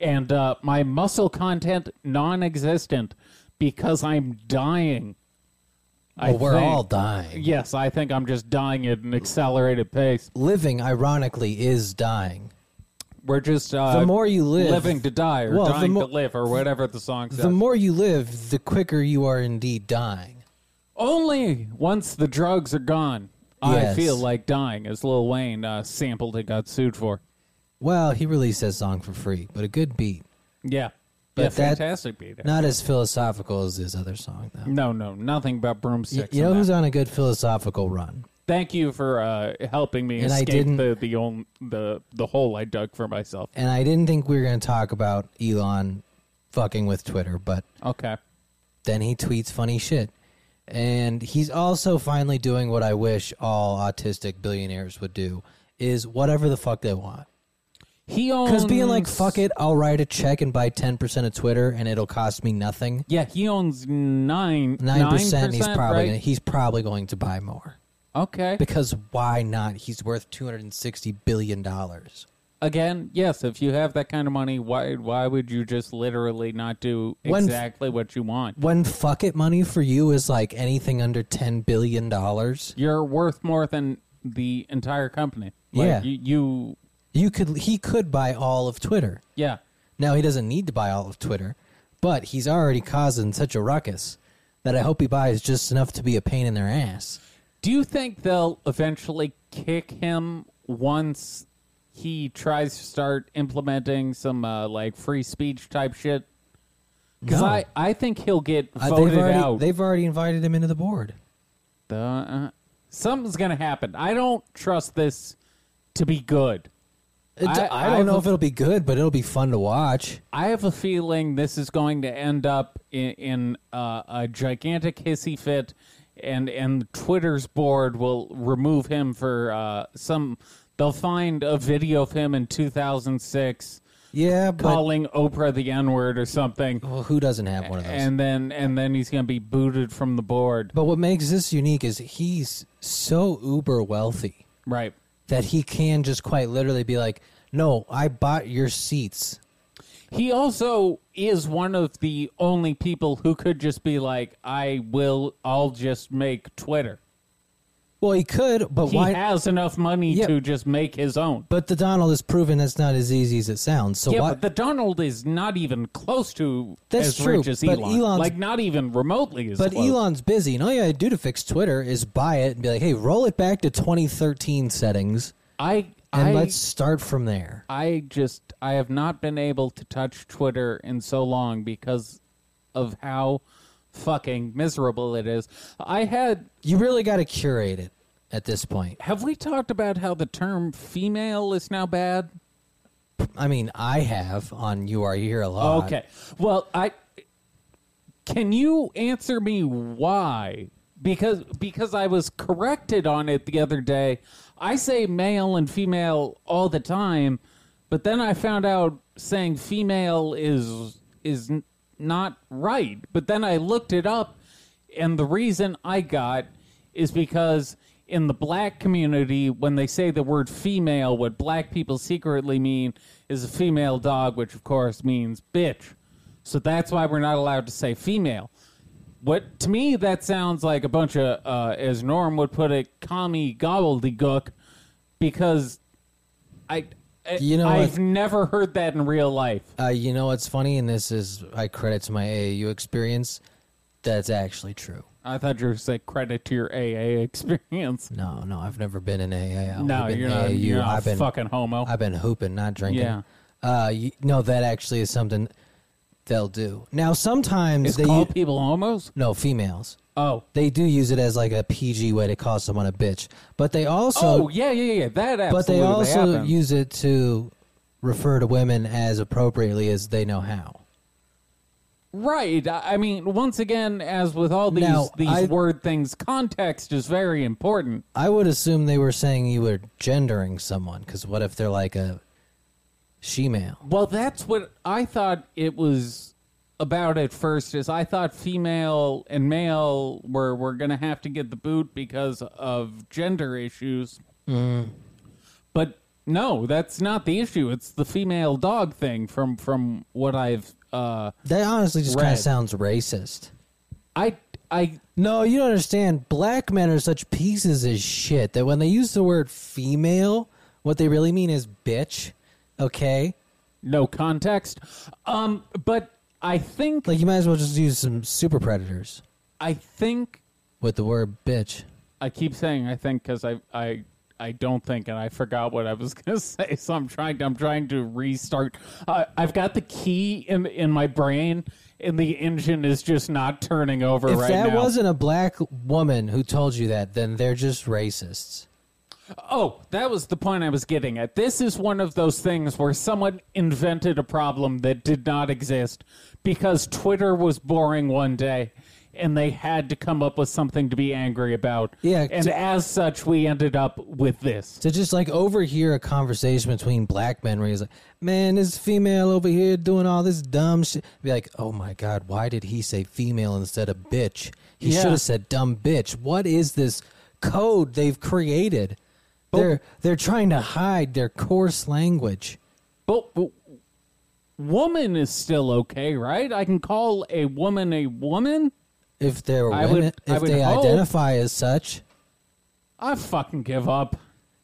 and uh, my muscle content non-existent because I'm dying. I
Well, we're
think-
all dying.
Yes, I think I'm just dying at an accelerated pace.
Living, ironically, is dying.
We're just uh,
The more you live,
living to die or
Well, the
dying to
mo-
live or whatever the song says.
the more you live, the quicker you are indeed dying.
Only once the drugs are gone, I
Yes.
feel like dying, as Lil Wayne uh, sampled and got sued for.
Well, he released that song for free, but a good beat.
Yeah,
But
yeah,
that-
fantastic beat.
Not as philosophical as his other song, though.
no, no, nothing about
Y-
broomsticks.
you know
in that.
who's on a good philosophical run?
Thank you for uh, helping me
And I
escape
didn't-
the the, on, the the hole I dug for myself.
And I didn't think we were going to talk about Elon fucking with Twitter, but
Okay.
then he tweets funny shit. And he's also finally doing what I wish all autistic billionaires would do is whatever the fuck they want.
He owns
Because being like, fuck it, I'll write a check and buy 10% of Twitter and it'll cost me nothing.
Yeah, he owns nine
9%, he's probably
right?
gonna, he's probably going to buy more.
okay.
Because why not? He's worth $260 billion.
Again, yes. If you have that kind of money, why why would you just literally not do
When-
exactly what you want?
When fuck it money for you is like anything under $10 billion,
You're worth more than the entire company.
Yeah.
You, you
you could he could buy all of Twitter.
yeah.
Now he doesn't need to buy all of Twitter, but he's already causing such a ruckus that I hope he buys just enough to be a pain in their ass.
Do you think they'll eventually kick him once he tries to start implementing some uh, like free speech type shit? Because
No.
I, I think he'll get
Uh,
voted
they've already
out.
they've already invited him into the board.
The- uh, something's gonna happen. I don't trust this to be good.
It-
I-
I,
I've-
don't know if it'll be good, but it'll be fun to watch.
I have a feeling this is going to end up in, in uh, a gigantic hissy fit, and and Twitter's board will remove him for uh, some. They'll find a video of him in 2006
Yeah, but
calling Oprah the N word or something,
well, who doesn't have one of those?
and then and then he's going to be booted from the board.
but what makes this unique is he's so uber wealthy
Right.
that he can just quite literally be like, "No, I bought your seats."
He also is one of the only people who could just be like, I will, I'll just make Twitter.
Well, he could, but
He
why?
has enough money
Yeah.
to just make his own.
but the Donald has proven that's not as easy as it sounds. So
yeah,
why?
but the Donald is not even close to
That's
as
true,
rich as
but
Elon.
Elon's-
like, not even remotely as
But
close.
Elon's busy, and all you gotta do to fix Twitter is buy it and be like, "Hey, roll it back to 2013 settings,
I,
and
I,
let's start from there."
I just, I have not been able to touch Twitter in so long because of how fucking miserable it is. I had
You really gotta curate it at this point.
Have we talked about how the term female is now bad?
I mean, I have on "You Are Here" a lot.
okay. Well, I can you answer me why? Because because I was corrected on it the other day. I say male and female all the time, but then I found out saying female is is n- not right. But then I looked it up and the reason I got is because in the black community, when they say the word female, what black people secretly mean is a female dog, which of course means bitch. So that's why we're not allowed to say female. What to me that sounds like a bunch of, uh, as Norm would put it, commie gobbledygook, because I, I
You know
I've
what?
never heard that in real life.
Uh, you know what's funny, and this is I credit to my AAU experience. That's actually true.
I thought you were saying credit to your AA experience.
No, no, I've never been in AA.
No,
I've been
you're not.
AAU.
You're not
I've been
fucking homo.
I've been hooping, not drinking.
Yeah.
Uh, you, no, that actually is something they'll do. Now, sometimes
It's
they
call
u-
people homos?
no females.
Oh.
They do use it as like a PG way to call someone a bitch, but they also,
oh, yeah, yeah, yeah. That absolutely
but they also
happens.
use it to refer to women as appropriately as they know how.
Right. I I mean, once again, as with all these,
Now,
these
I-
word things, context is very important.
I would assume they were saying you were gendering someone, because what if they're like a she-male?
Well, that's what I thought it was about at first. Is I thought female and male were were going to have to get the boot because of gender issues. But no, that's not the issue. It's the female dog thing. From from what I've, uh,
That honestly just kind
Red.
of sounds racist.
I I
No, you don't understand. Black men are such pieces of shit that when they use the word female, what they really mean is bitch. Okay,
No context. Um, but I think
like you might as well just use some super predators
I think
with the word bitch.
I keep saying I think because I I I don't think, and I forgot what I was going to say. So I'm trying. I'm trying to restart. Uh, I've got the key in in my brain, and the engine is just not turning over
If
right
that
now.
wasn't a black woman who told you that, then they're just racists.
oh, that was the point I was getting at. This is one of those things where someone invented a problem that did not exist because Twitter was boring one day. And they had to come up with something to be angry about.
Yeah,
And
to-
as such, we ended up with this.
To just like overhear a conversation between black men where he's like, man, this female over here doing all this dumb shit. Be like, oh my God, why did he say female instead of bitch? He
Yeah.
should have said dumb bitch. What is this code they've created? They're, they're trying to hide their coarse language.
But, but woman is still okay, right? I can call a woman a woman.
If they're
I
women,
would- I
if
would
they
hope-
identify as such,
I fucking give up.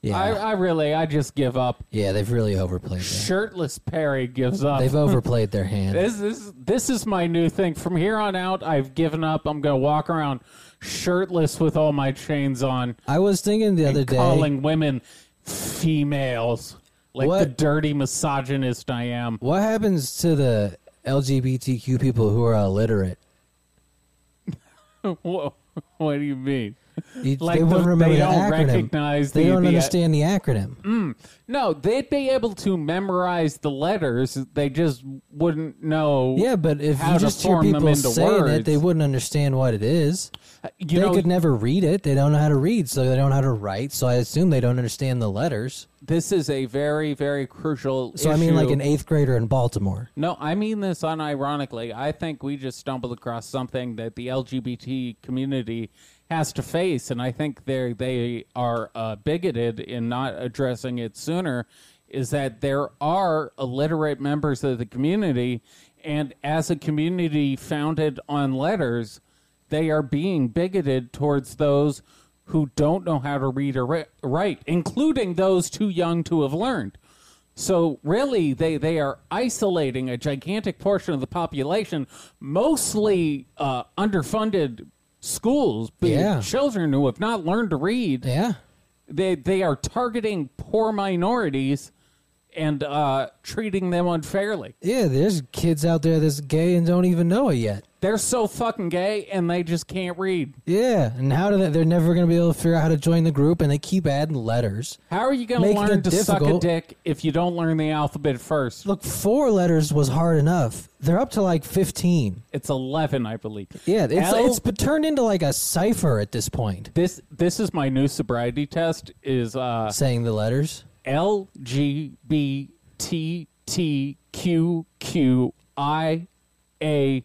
Yeah.
I, I really, I just give up.
yeah, they've really overplayed that.
Shirtless Perry gives up.
They've overplayed their hand.
This is this is my new thing. From here on out, I've given up. I'm gonna walk around shirtless with all my chains on,
I was thinking the other day.
calling women females, like the
What?
dirty misogynist I am.
What happens to the LGBTQ people who are illiterate?
Whoa, what do you mean?
You-
Like
they wouldn't
the-
remember
they
the
don't
acronym.
recognize
they
the-
don't
the- uh, Mm.
understand the acronym.
No, they'd be able to memorize the letters. They just wouldn't know.
yeah, but if
how
you
to
just hear
form them
people
into
saying it,
words. Uh,
they wouldn't understand what it is.
you
they
know,
could never read it. They don't know how to read, so they don't know how to write. So I assume they don't understand the letters.
this is a very, very crucial.
So I mean, like
issue.
an eighth grader in Baltimore.
No, I mean this unironically. I think we just stumbled across something that the LGBT community has to face, and I think they they are uh, bigoted in not addressing it sooner. Is that there are illiterate members of the community, and as a community founded on letters, they are being bigoted towards those who don't know how to read or ri- write, including those too young to have learned. So really, they they are isolating a gigantic portion of the population, mostly uh, underfunded schools, be it
Yeah.
children who have not learned to read.
Yeah,
They they are targeting poor minorities and uh, treating them unfairly.
yeah. There's kids out there that's gay and don't even know it yet.
They're so fucking gay and they just can't read.
Yeah, and how do they? They're never going to be able to figure out how to join the group, and they keep adding letters.
How are you going to
Making
learn
it
to suck a
difficult.
dick if you don't learn the alphabet first?
Look, four letters was hard enough. They're up to like fifteen.
It's eleven, I believe.
Yeah, it's
L-
it's been turned into like a cipher at this point.
this this is my new sobriety test. Is uh,
Saying the letters.
L G B T T Q Q I A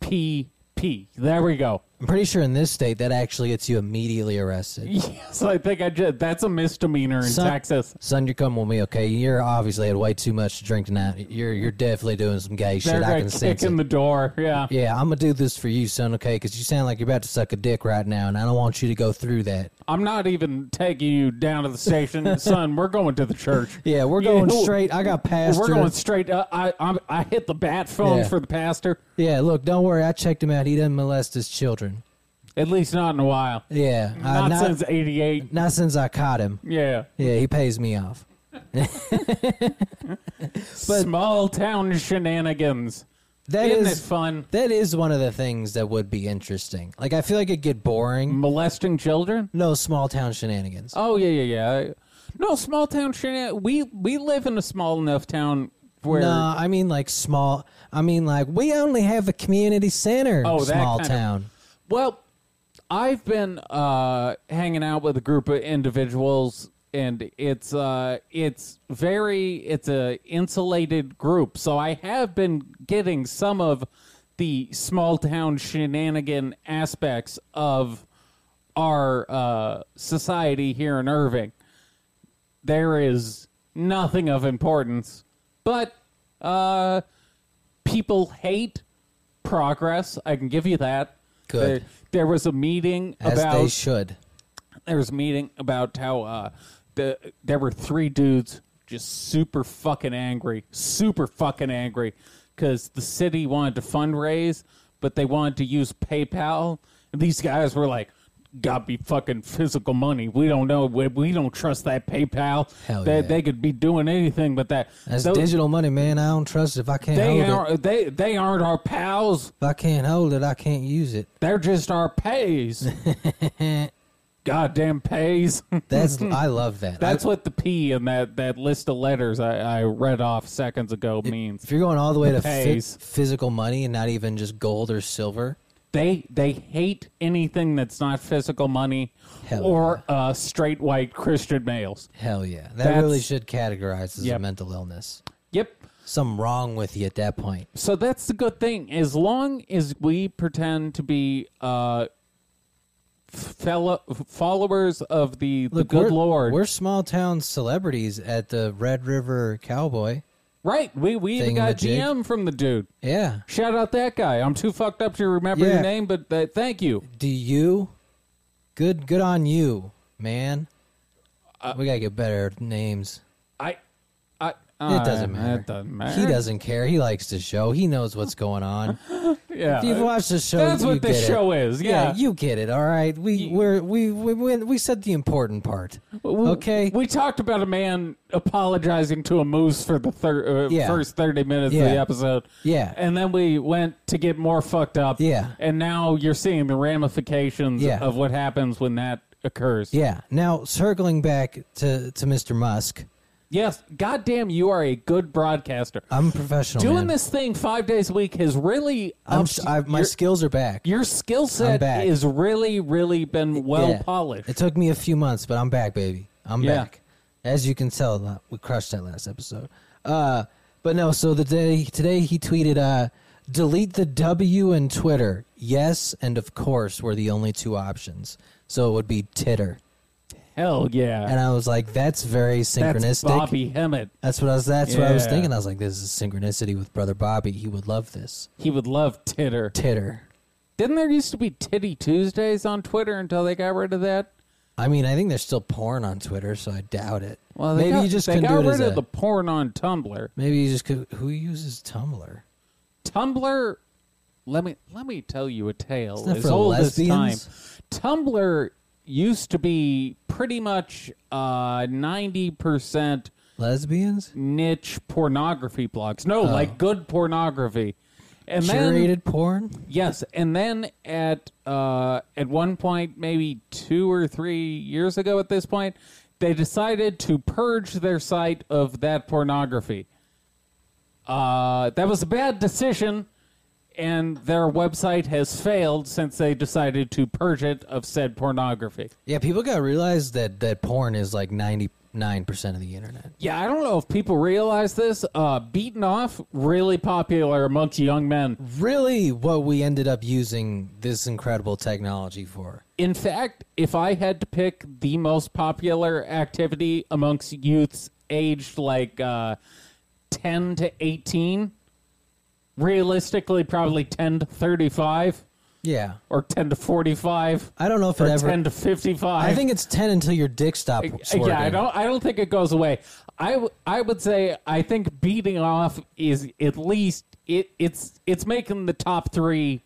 P P. There we go.
I'm pretty sure in this state that actually gets you immediately arrested.
Yes, I think I did. That's a misdemeanor in
Son-
Texas.
Son, you're coming with me, okay? You're obviously had way too much to drink tonight. You're you're definitely doing some gay
They're
shit. I can
gonna
sense
kick
it.
in the door. Yeah.
yeah, I'm gonna do this for you, son, okay? Because you sound like you're about to suck a dick right now, and I don't want you to go through that.
I'm not even taking you down to the station, son. We're going to the church.
Yeah, we're going
Yeah.
straight. I got pastor.
We're going straight. Uh, I I'm, I hit the bat phone
Yeah.
for the pastor.
yeah, look, don't worry. I checked him out. He doesn't molest his children.
At least not in a while.
Yeah, uh,
Not,
not-
since '88.
not since I caught him.
Yeah.
Yeah, he pays me off.
Small town shenanigans.
That
Isn't
is-
it fun?
That is one of the things that would be interesting. Like I feel like it'd get boring.
Molesting children?
No small town shenanigans.
Mm. Oh yeah, yeah, yeah. No small town shit. We we live in a small enough town where
no, I mean like small. I mean like we only have a community center.
Oh, that
small
kind of-
town.
well, I've been uh, hanging out with a group of individuals, and it's uh, it's very it's a insulated group. So I have been getting some of the small town shenanigan aspects of our uh, society here in Irving. There is nothing of importance, but uh, people hate progress. I can give you that.
Good.
There, there was a meeting
as
about
they should.
there was a meeting about how uh, the there were three dudes just super fucking angry, super fucking angry, because the city wanted to fundraise, but they wanted to use PayPal. And these guys were like, "Got to be fucking physical money. We don't know. We, we don't trust that PayPal.
Hell
they,
yeah.
they could be doing anything but that.
That's
Tho-
digital money, man. I don't trust it. If I can't
They
hold it,
aren't. They they aren't our pals.
if I can't hold it, I can't use it.
They're just our pays. Goddamn pays."
That's I love that.
That's what the P in that, that list of letters I, I read off seconds ago means.
If you're going all the way to phy-
Pays.
physical money and not even just gold or silver,
They they hate anything that's not physical money
Hell
or uh, straight white Christian males.
hell yeah, that
That's-
really should categorize as a
Yep.
mental illness.
Yep.
Something wrong with you at that point.
So that's the good thing. As long as we pretend to be uh, fellow followers of the,
Look,
the good
we're-
Lord,
we're small town celebrities at the Red River Cowboy.
right? We we even got a
thingamajig.
GM from the dude.
Yeah.
Shout out that guy. I'm too fucked up to remember
Yeah.
your name, but uh, thank you.
Do you? Good. Good on you, man.
Uh,
we gotta get better names.
I, I.
It doesn't matter.
It doesn't matter.
He doesn't care. He likes the show. He knows what's going on.
Yeah.
If you've watched the show,
That's
you
what
get
this
it.
show is. Yeah.
you get it. All right, we we're, we we we we said the important part.
W-
Okay,
We talked about a man apologizing to a moose for the thir- uh,
Yeah.
first 30 minutes of
Yeah.
the episode.
Yeah.
And then we went to get more fucked up.
Yeah.
And now you're seeing the ramifications
Yeah.
of what happens when that occurs.
yeah. Now circling back to to Mr. Musk,
Yes. Goddamn, you are a good broadcaster.
I'm a professional.
Doing
Oh, man.
this thing five days a week has really.
I'm
upped
s- I, my
your,
skills are back.
your skill
I'm
set
back.
is really, really been well
Yeah.
polished.
It took me a few months, but I'm back, baby. I'm
Yeah.
back. As you can tell, uh, we crushed that last episode. Uh, but no, so the day today he tweeted, uh, "Delete the W in Twitter." Yes, and of course were the only two options. So it would be titter,
Hell yeah.
and I was like, "That's very synchronistic."
That's Bobby Hemmett.
That's what I was. That's what I was
Yeah.
thinking. I was like, "This is synchronicity with brother Bobby. He would love this."
He would love Titter.
Titter.
Didn't there used to be Titty Tuesdays on Twitter until they got rid of that?
I mean, I think there's still porn on Twitter, so I doubt it.
Well, they
maybe
got,
you just
they
couldn't
got
do it
rid
as
of
a-
the porn on Tumblr.
Maybe you just could. Who uses Tumblr?
Tumblr. Let me let me tell you a tale
not
as
for
old
lesbians.
as time. Tumblr used to be pretty much uh, ninety percent
Lesbians?
niche pornography blogs. No,
Oh.
like good pornography. And then
Curated porn?
Yes, and then at uh, at one point, maybe two or three years ago, at this point, they decided to purge their site of that pornography. Uh, that was a bad decision, and their website has failed since they decided to purge it of said pornography.
Yeah, people gotta realize that that porn is like ninety nine percent of the internet.
Yeah, I don't know if people realize this. Uh, beaten off really popular amongst young men.
Really, what we ended up using this incredible technology for?
In fact, if I had to pick the most popular activity amongst youths aged like uh, 10 to 18, realistically, probably 10 to 35
Yeah,
or 10 to 45
I don't know if
or
it ever.
10 to 55.
I think it's ten until your dick stop. Swerving.
yeah, I don't. I don't think it goes away. I, w- I would say I think beating off is at least it. It's it's making the top three,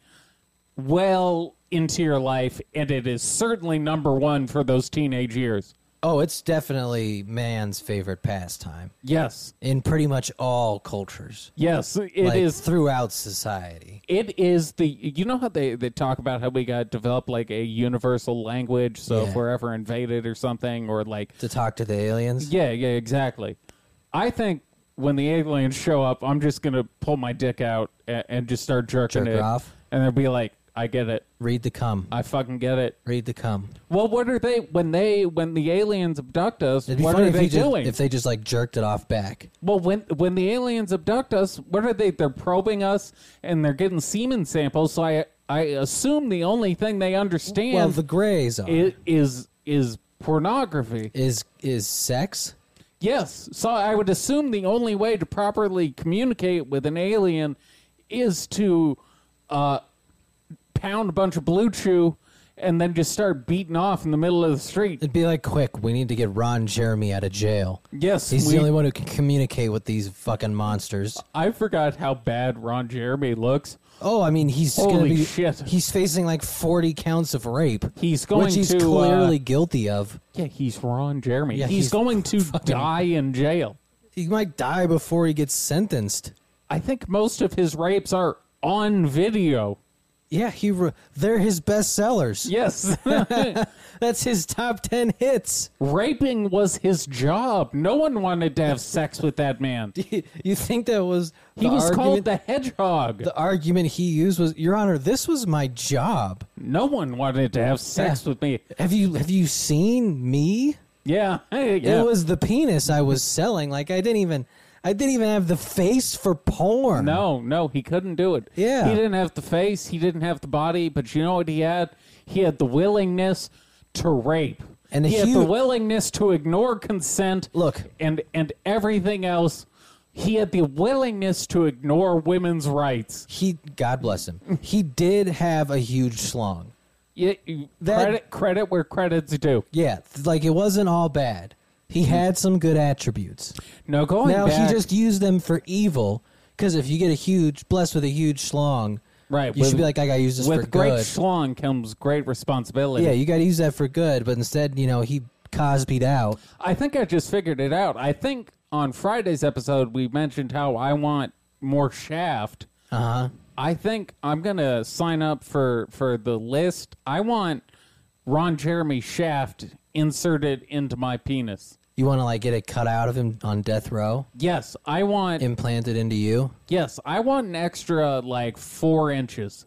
well into your life, and it is certainly number one for those teenage years.
Oh, it's definitely man's favorite pastime
Yes,
in pretty much all cultures.
yes, it is.
It is throughout society.
It is the you know how they, they talk about how we got developed like a universal language, so if
Yeah.
we're ever invaded or something, or like
To talk to the aliens.
Yeah, yeah, exactly. I think when the aliens show up, I'm just gonna pull my dick out and, and just start jerking
Jerk
it
off?
and they'll be like, "I get it,
Read the cum.
I fucking get it."
Read the cum.
Well, what are they when they when the aliens abduct us?
It'd be
What
funny
are
if,
they
you just-
doing?
if they just like jerked it off back.
Well, when when the aliens abduct us, what are they? They're probing us and they're getting semen samples. So I I assume the only thing they understand
Well, the grays are.
i- is is pornography.
is is sex
Yes. So I would assume the only way to properly communicate with an alien is to uh, pound a bunch of blue chew and then just start beating off in the middle of the street.
It'd be like, quick, we need to get Ron Jeremy out of jail.
Yes,
He's
we-
the only one who can communicate with these fucking monsters.
I forgot how bad Ron Jeremy looks.
Oh, I mean, he's gonna
Holy
be.
shit.
He's facing like forty counts of rape.
He's going
which he's
to, uh,
clearly guilty of.
Yeah, he's Ron Jeremy.
Yeah,
he's,
he's
going to die in jail.
He might die before he gets sentenced.
I think most of his rapes are on video.
Yeah, he. Re- they're his best sellers.
Yes.
That's his top ten hits.
Raping was his job. No one wanted to have sex with that man.
you think that was
He
the
was
argument?
called the hedgehog.
the argument he used was, Your Honor, this was my job.
no one wanted to have sex
Yeah.
with me.
Have you have you seen me?
Yeah. Hey, yeah.
It was the penis I was selling. Like I didn't even I didn't even have the face for porn.
no, no, he couldn't do it.
Yeah.
He didn't have the face, he didn't have the body, but you know what he had? He had the willingness to rape.
And a
he had the
huge-
willingness to ignore consent.
Look.
And and everything else. He had the willingness to ignore women's rights.
He God bless him. He did have a huge slong.
Yeah, you-
That-
credit credit where credit's due.
Yeah, th- like it wasn't all bad.
Mm-hmm.
He had some good attributes.
No, going
Now
back,
he just used them for evil because if you get a huge blessed with a huge slong,
Right,
you
with-
should be like I got to use this for
with great
good.
schlong comes great responsibility.
yeah, you got to use that for good, but instead, you know, he Cosby'd out.
I think I just figured it out. I think on Friday's episode we mentioned how I want more Shaft.
Uh-huh.
I think I'm gonna sign up for for the list. I want Ron Jeremy Shaft inserted into my penis.
You want to like get it cut out of him on death row,
Yes, I want.
implanted into you.
Yes, I want an extra like four inches.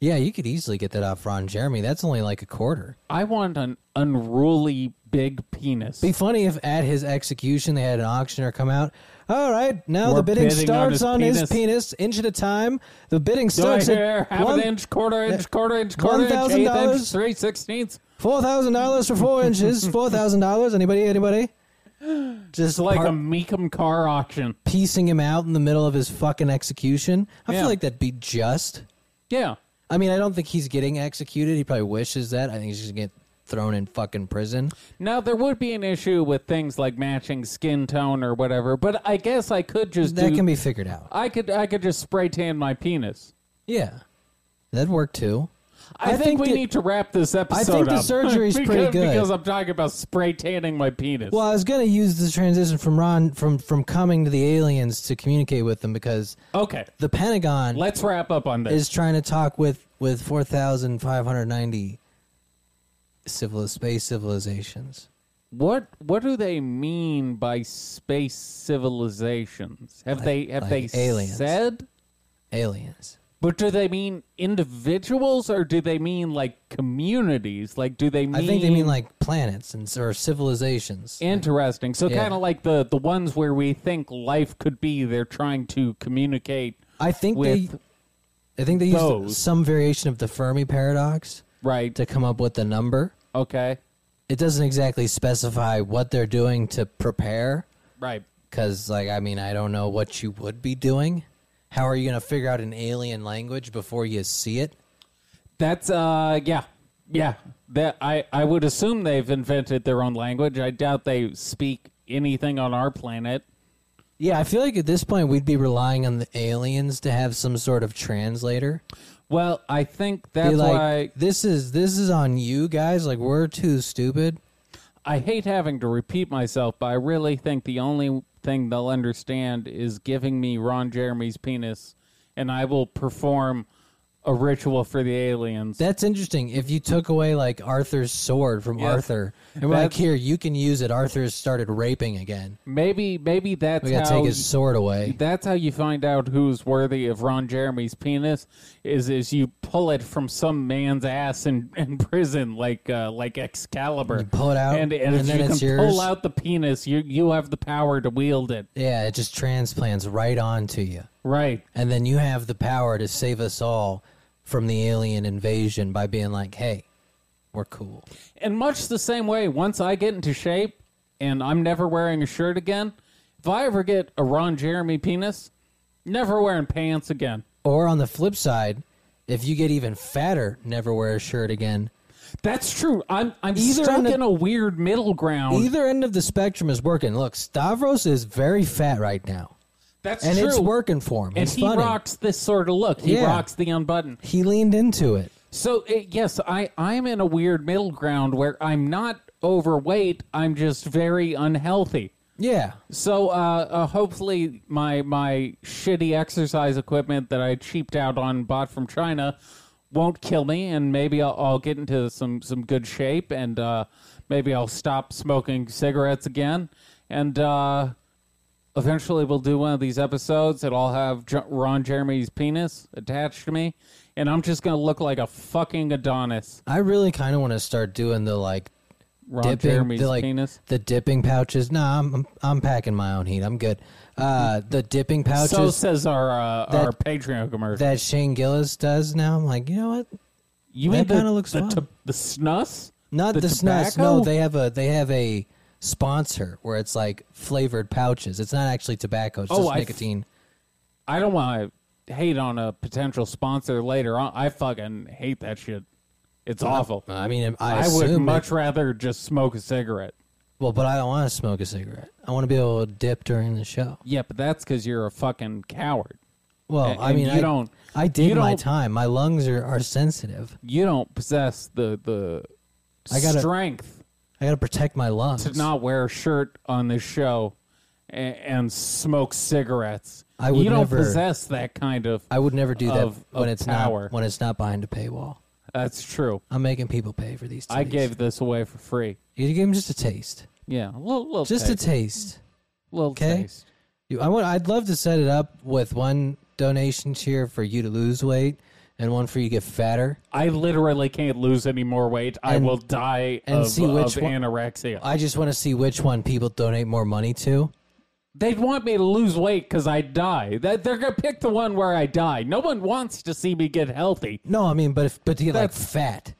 Yeah, you could easily get that off Ron Jeremy. That's only like a quarter.
I want an unruly big penis.
Be funny if at his execution they had an auctioneer come out. All right, now
We're
the bidding,
bidding on
starts
his
on his,
penis."
penis, inch at a time. The bidding
Do I
starts
hear
at
half
one-
an inch, quarter inch, quarter inch, quarter inch, eighth inch,
$1,000?
three sixteenths?
four thousand dollars for four inches. Four thousand dollars. Anybody? Anybody? Just
Like
part-
a Meekum car auction.
piecing him out in the middle of his fucking execution. I
Yeah.
feel like that'd be just.
Yeah.
I mean, I don't think he's getting executed. He probably wishes that. I think he's just gonna get thrown in fucking prison.
Now there would be an issue with things like matching skin tone or whatever, but I guess I could just
That
do.
can be figured out.
I could I could just spray tan my penis.
Yeah, that'd work too.
I, think, we
that-
need to wrap this episode.
think the
up.
surgery's pretty
Because-
good.
because I'm talking about spray tanning my penis.
Well, I was gonna use the transition from Ron from from coming to the aliens to communicate with them because
okay,
the Pentagon
let's wrap up on this.
is trying to talk with with four thousand five hundred ninety civil space civilizations.
What what do they mean by space civilizations? Have they have
like
they
aliens.
said?
Aliens.
But do they mean individuals or do they mean like communities? Like do they mean
I think they mean like planets and or civilizations.
interesting. So
Yeah.
kind of like the the ones where we think life could be, they're trying to communicate
I think
with
they I think they used
those.
some variation of the Fermi paradox
right.
to come up with the number.
Okay.
It doesn't exactly specify what they're doing to prepare.
Right.
Because, like, I mean, I don't know what you would be doing. How are you going to figure out an alien language before you see it?
That's uh yeah. Yeah. That I I would assume they've invented their own language. I doubt they speak anything on our planet.
Yeah, I feel like at this point we'd be relying on the aliens to have some sort of translator.
Well, I think
Be
that's
like,
why
this is this is on you guys. Like, we're too stupid.
I hate having to repeat myself, but I really think the only thing they'll understand is giving me Ron Jeremy's penis, and I will perform a ritual for the aliens.
That's interesting. If you took away like Arthur's sword from
Yes.
Arthur, and we're like,
That's-
here, you can use it. Arthur's started raping again.
maybe, maybe that's
We got to
how
take his sword away.
that's how you find out who's worthy of Ron Jeremy's penis. Is is you pull it from some man's ass in, in prison, like uh, like Excalibur. You
pull it out,
and, and,
and
if
then
you
it's
can
yours.
pull out the penis, you you have the power to wield it.
Yeah, it just transplants right onto you.
Right.
And then you have the power to save us all from the alien invasion by being like, hey, we're cool.
And much the same way, once I get into shape and I'm never wearing a shirt again, if I ever get a Ron Jeremy penis, never wearing pants again.
Or on the flip side, if you get even fatter, never wear a shirt again.
That's true. I'm I'm
Either
stuck
in
in a,
a-
weird middle ground.
Either end of the spectrum is working. Look, Stavros is very fat right now,
That's
and
true.
it's working for him.
And
He's
he
funny.
rocks this sort of look. He
Yeah.
rocks the unbutton.
He leaned into it.
So uh, yes, I I'm in a weird middle ground where I'm not overweight. I'm just very unhealthy.
Yeah,
So uh, uh, hopefully my my shitty exercise equipment that I cheaped out on and bought from China won't kill me, and maybe I'll, I'll get into some some good shape, and uh, maybe I'll stop smoking cigarettes again, and uh, eventually we'll do one of these episodes that I'll have J- Ron Jeremy's penis attached to me, and I'm just gonna look like a fucking Adonis.
I really kind of want to start doing the like
Ron
dipping
Jeremy's
the, like
penis.
the dipping pouches. Nah, I'm I'm, I'm packing my own heat. I'm good. Uh, the dipping pouches
So says our uh,
that-
our Patreon commercial.
that Shane Gillis does now. I'm like, you know what?
You
That
mean the,
kinda looks
the,
fun.
t- the snus?
Not the, snuff. No,
tobacco?
they have a they have a sponsor where it's like flavored pouches. It's not actually tobacco. It's
Oh,
just
I-
nicotine.
I don't want to hate on a potential sponsor later on. I fucking hate that shit. It's awful.
I mean, I,
I
assume
would
it-
much rather just smoke a cigarette.
well, but I don't want to smoke a cigarette. I want to be able to dip during the show.
Yeah, but that's because you're a fucking coward.
Well,
And-
I
and
mean,
you
I
don't-
I did
you
my
don't-
time. My lungs are, are sensitive.
You don't possess the the
I gotta-
strength
I got to protect my lungs.
to not wear a shirt on this show and, and smoke cigarettes.
I would
you don't
never-
possess that kind of.
I would never do that
of-
when
of
it's
power.
not when it's not behind a paywall.
that's true.
I'm making people pay for these. Titties.
I gave this away for free.
you gave them just a taste,
Yeah, a little, little
just
taste.
a taste.
little
okay?
taste.
You, I want. I'd love to set it up with one donation tier for you to lose weight and one for you to get fatter.
I literally can't lose any more weight. I
And-
will die
and
of,
see which
of
one-
anorexia.
I just want to see which one people donate more money to.
They'd want me to lose weight because I die. That they're gonna pick the one where I die. No one wants to see me get healthy.
No, I mean, but if but to get
That's-
like fat,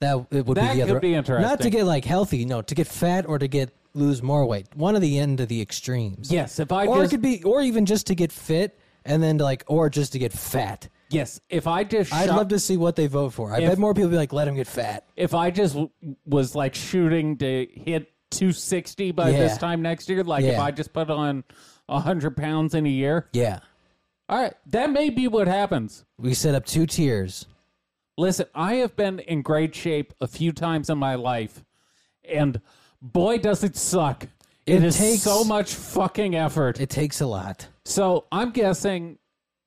that it would
That
be the
could
other.
be
Not to
interesting.
get like healthy, no, to get fat or to get lose more weight. One of the end of the extremes.
Yes, if I
or
just
it could be, or even just to get fit, and then to like, or just to get fat.
yes, if I just
I'd
shot-
love to see what they vote for. I
If-
bet more people be like, let him get fat.
if I just w- was like shooting to hit 260 by
Yeah.
this time next year. Like if
Yeah.
I just put on 100 pounds in a year.
Yeah,
All right, that may be what happens.
we set up two tiers.
Listen, I have been in great shape a few times in my life, and boy, does it suck. it
It
is
takes-
so much fucking effort.
It takes a lot.
so I'm guessing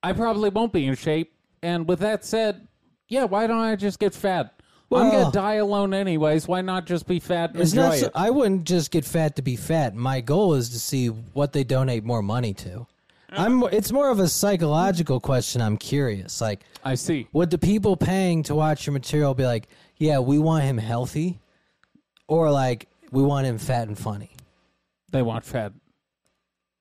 I probably won't be in shape. And with that said, yeah, why don't I just get fat? I'm
Well-
gonna die alone anyways. Why not just be fat and
It's
enjoy
not. So,
it?
I wouldn't just get fat to be fat. My goal is to see what they donate more money to. I'm. It's more of a psychological question. I'm curious. Like,
I see.
would the people paying to watch your material be like, yeah, we want him healthy, or like we want him fat and funny?
They want fat.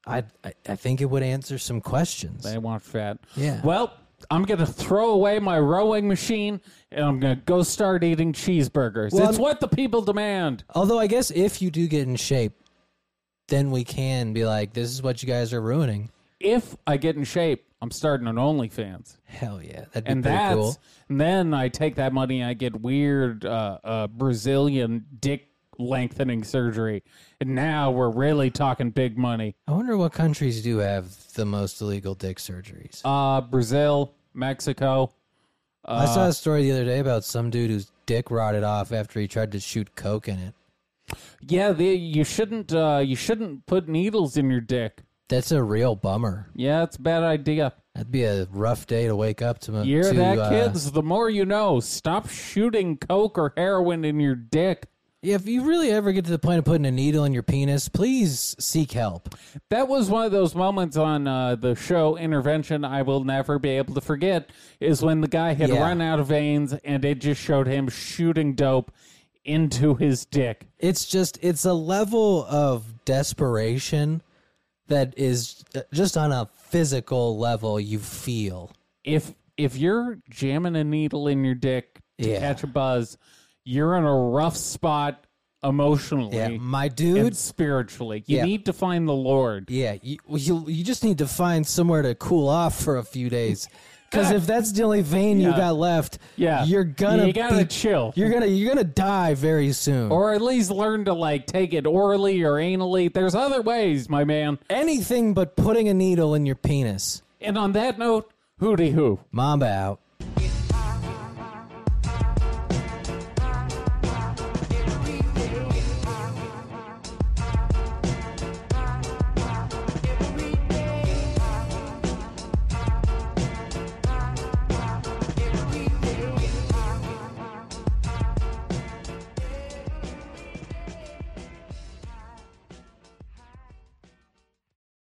I I, I think it would answer some questions.
They want fat.
Yeah.
Well, I'm gonna throw away my rowing machine and I'm gonna go start eating cheeseburgers.
Well,
it's
I'm-
what the people demand.
Although I guess if you do get in shape, then we can be like, this is what you guys are ruining.
if I get in shape, I'm starting an OnlyFans,
Hell yeah, that'd be
and
pretty
that's
cool.
and then I take that money and I get weird uh, uh, Brazilian dick lengthening surgery, and now we're really talking big money.
I wonder what countries do have the most illegal dick surgeries.
Uh Brazil, Mexico.
I
Uh,
saw a story the other day about some dude whose dick rotted off after he tried to shoot coke in it.
Yeah, the, you shouldn't uh, you shouldn't put needles in your dick.
That's a real bummer.
Yeah, it's a bad idea.
That'd be a rough day to wake up to.
You're
to,
that
uh,
kids. The more you know. Stop shooting coke or heroin in your dick.
Yeah, if you really ever get to the point of putting a needle in your penis, please seek help.
That was one of those moments on uh, the show Intervention I will never be able to forget is when the guy had
Yeah.
run out of veins and it just showed him shooting dope into his dick.
It's just it's a level of desperation that is uh, just on a physical level you feel.
If if you're jamming a needle in your dick to
Yeah.
catch a buzz, you're in a rough spot emotionally
Yeah, my
and
dude.
spiritually. You
Yeah.
need to find the Lord.
Yeah, you, you you just need to find somewhere to cool off for a few days Because if that's the only vein you
Yeah.
got left,
Yeah.
you're gonna
You gotta
be-
chill.
You're gonna you're gonna die very soon.
Or at least learn to like take it orally or anally. There's other ways, my man.
anything but putting a needle in your penis.
And on that note, hooty hoo.
Mamba out.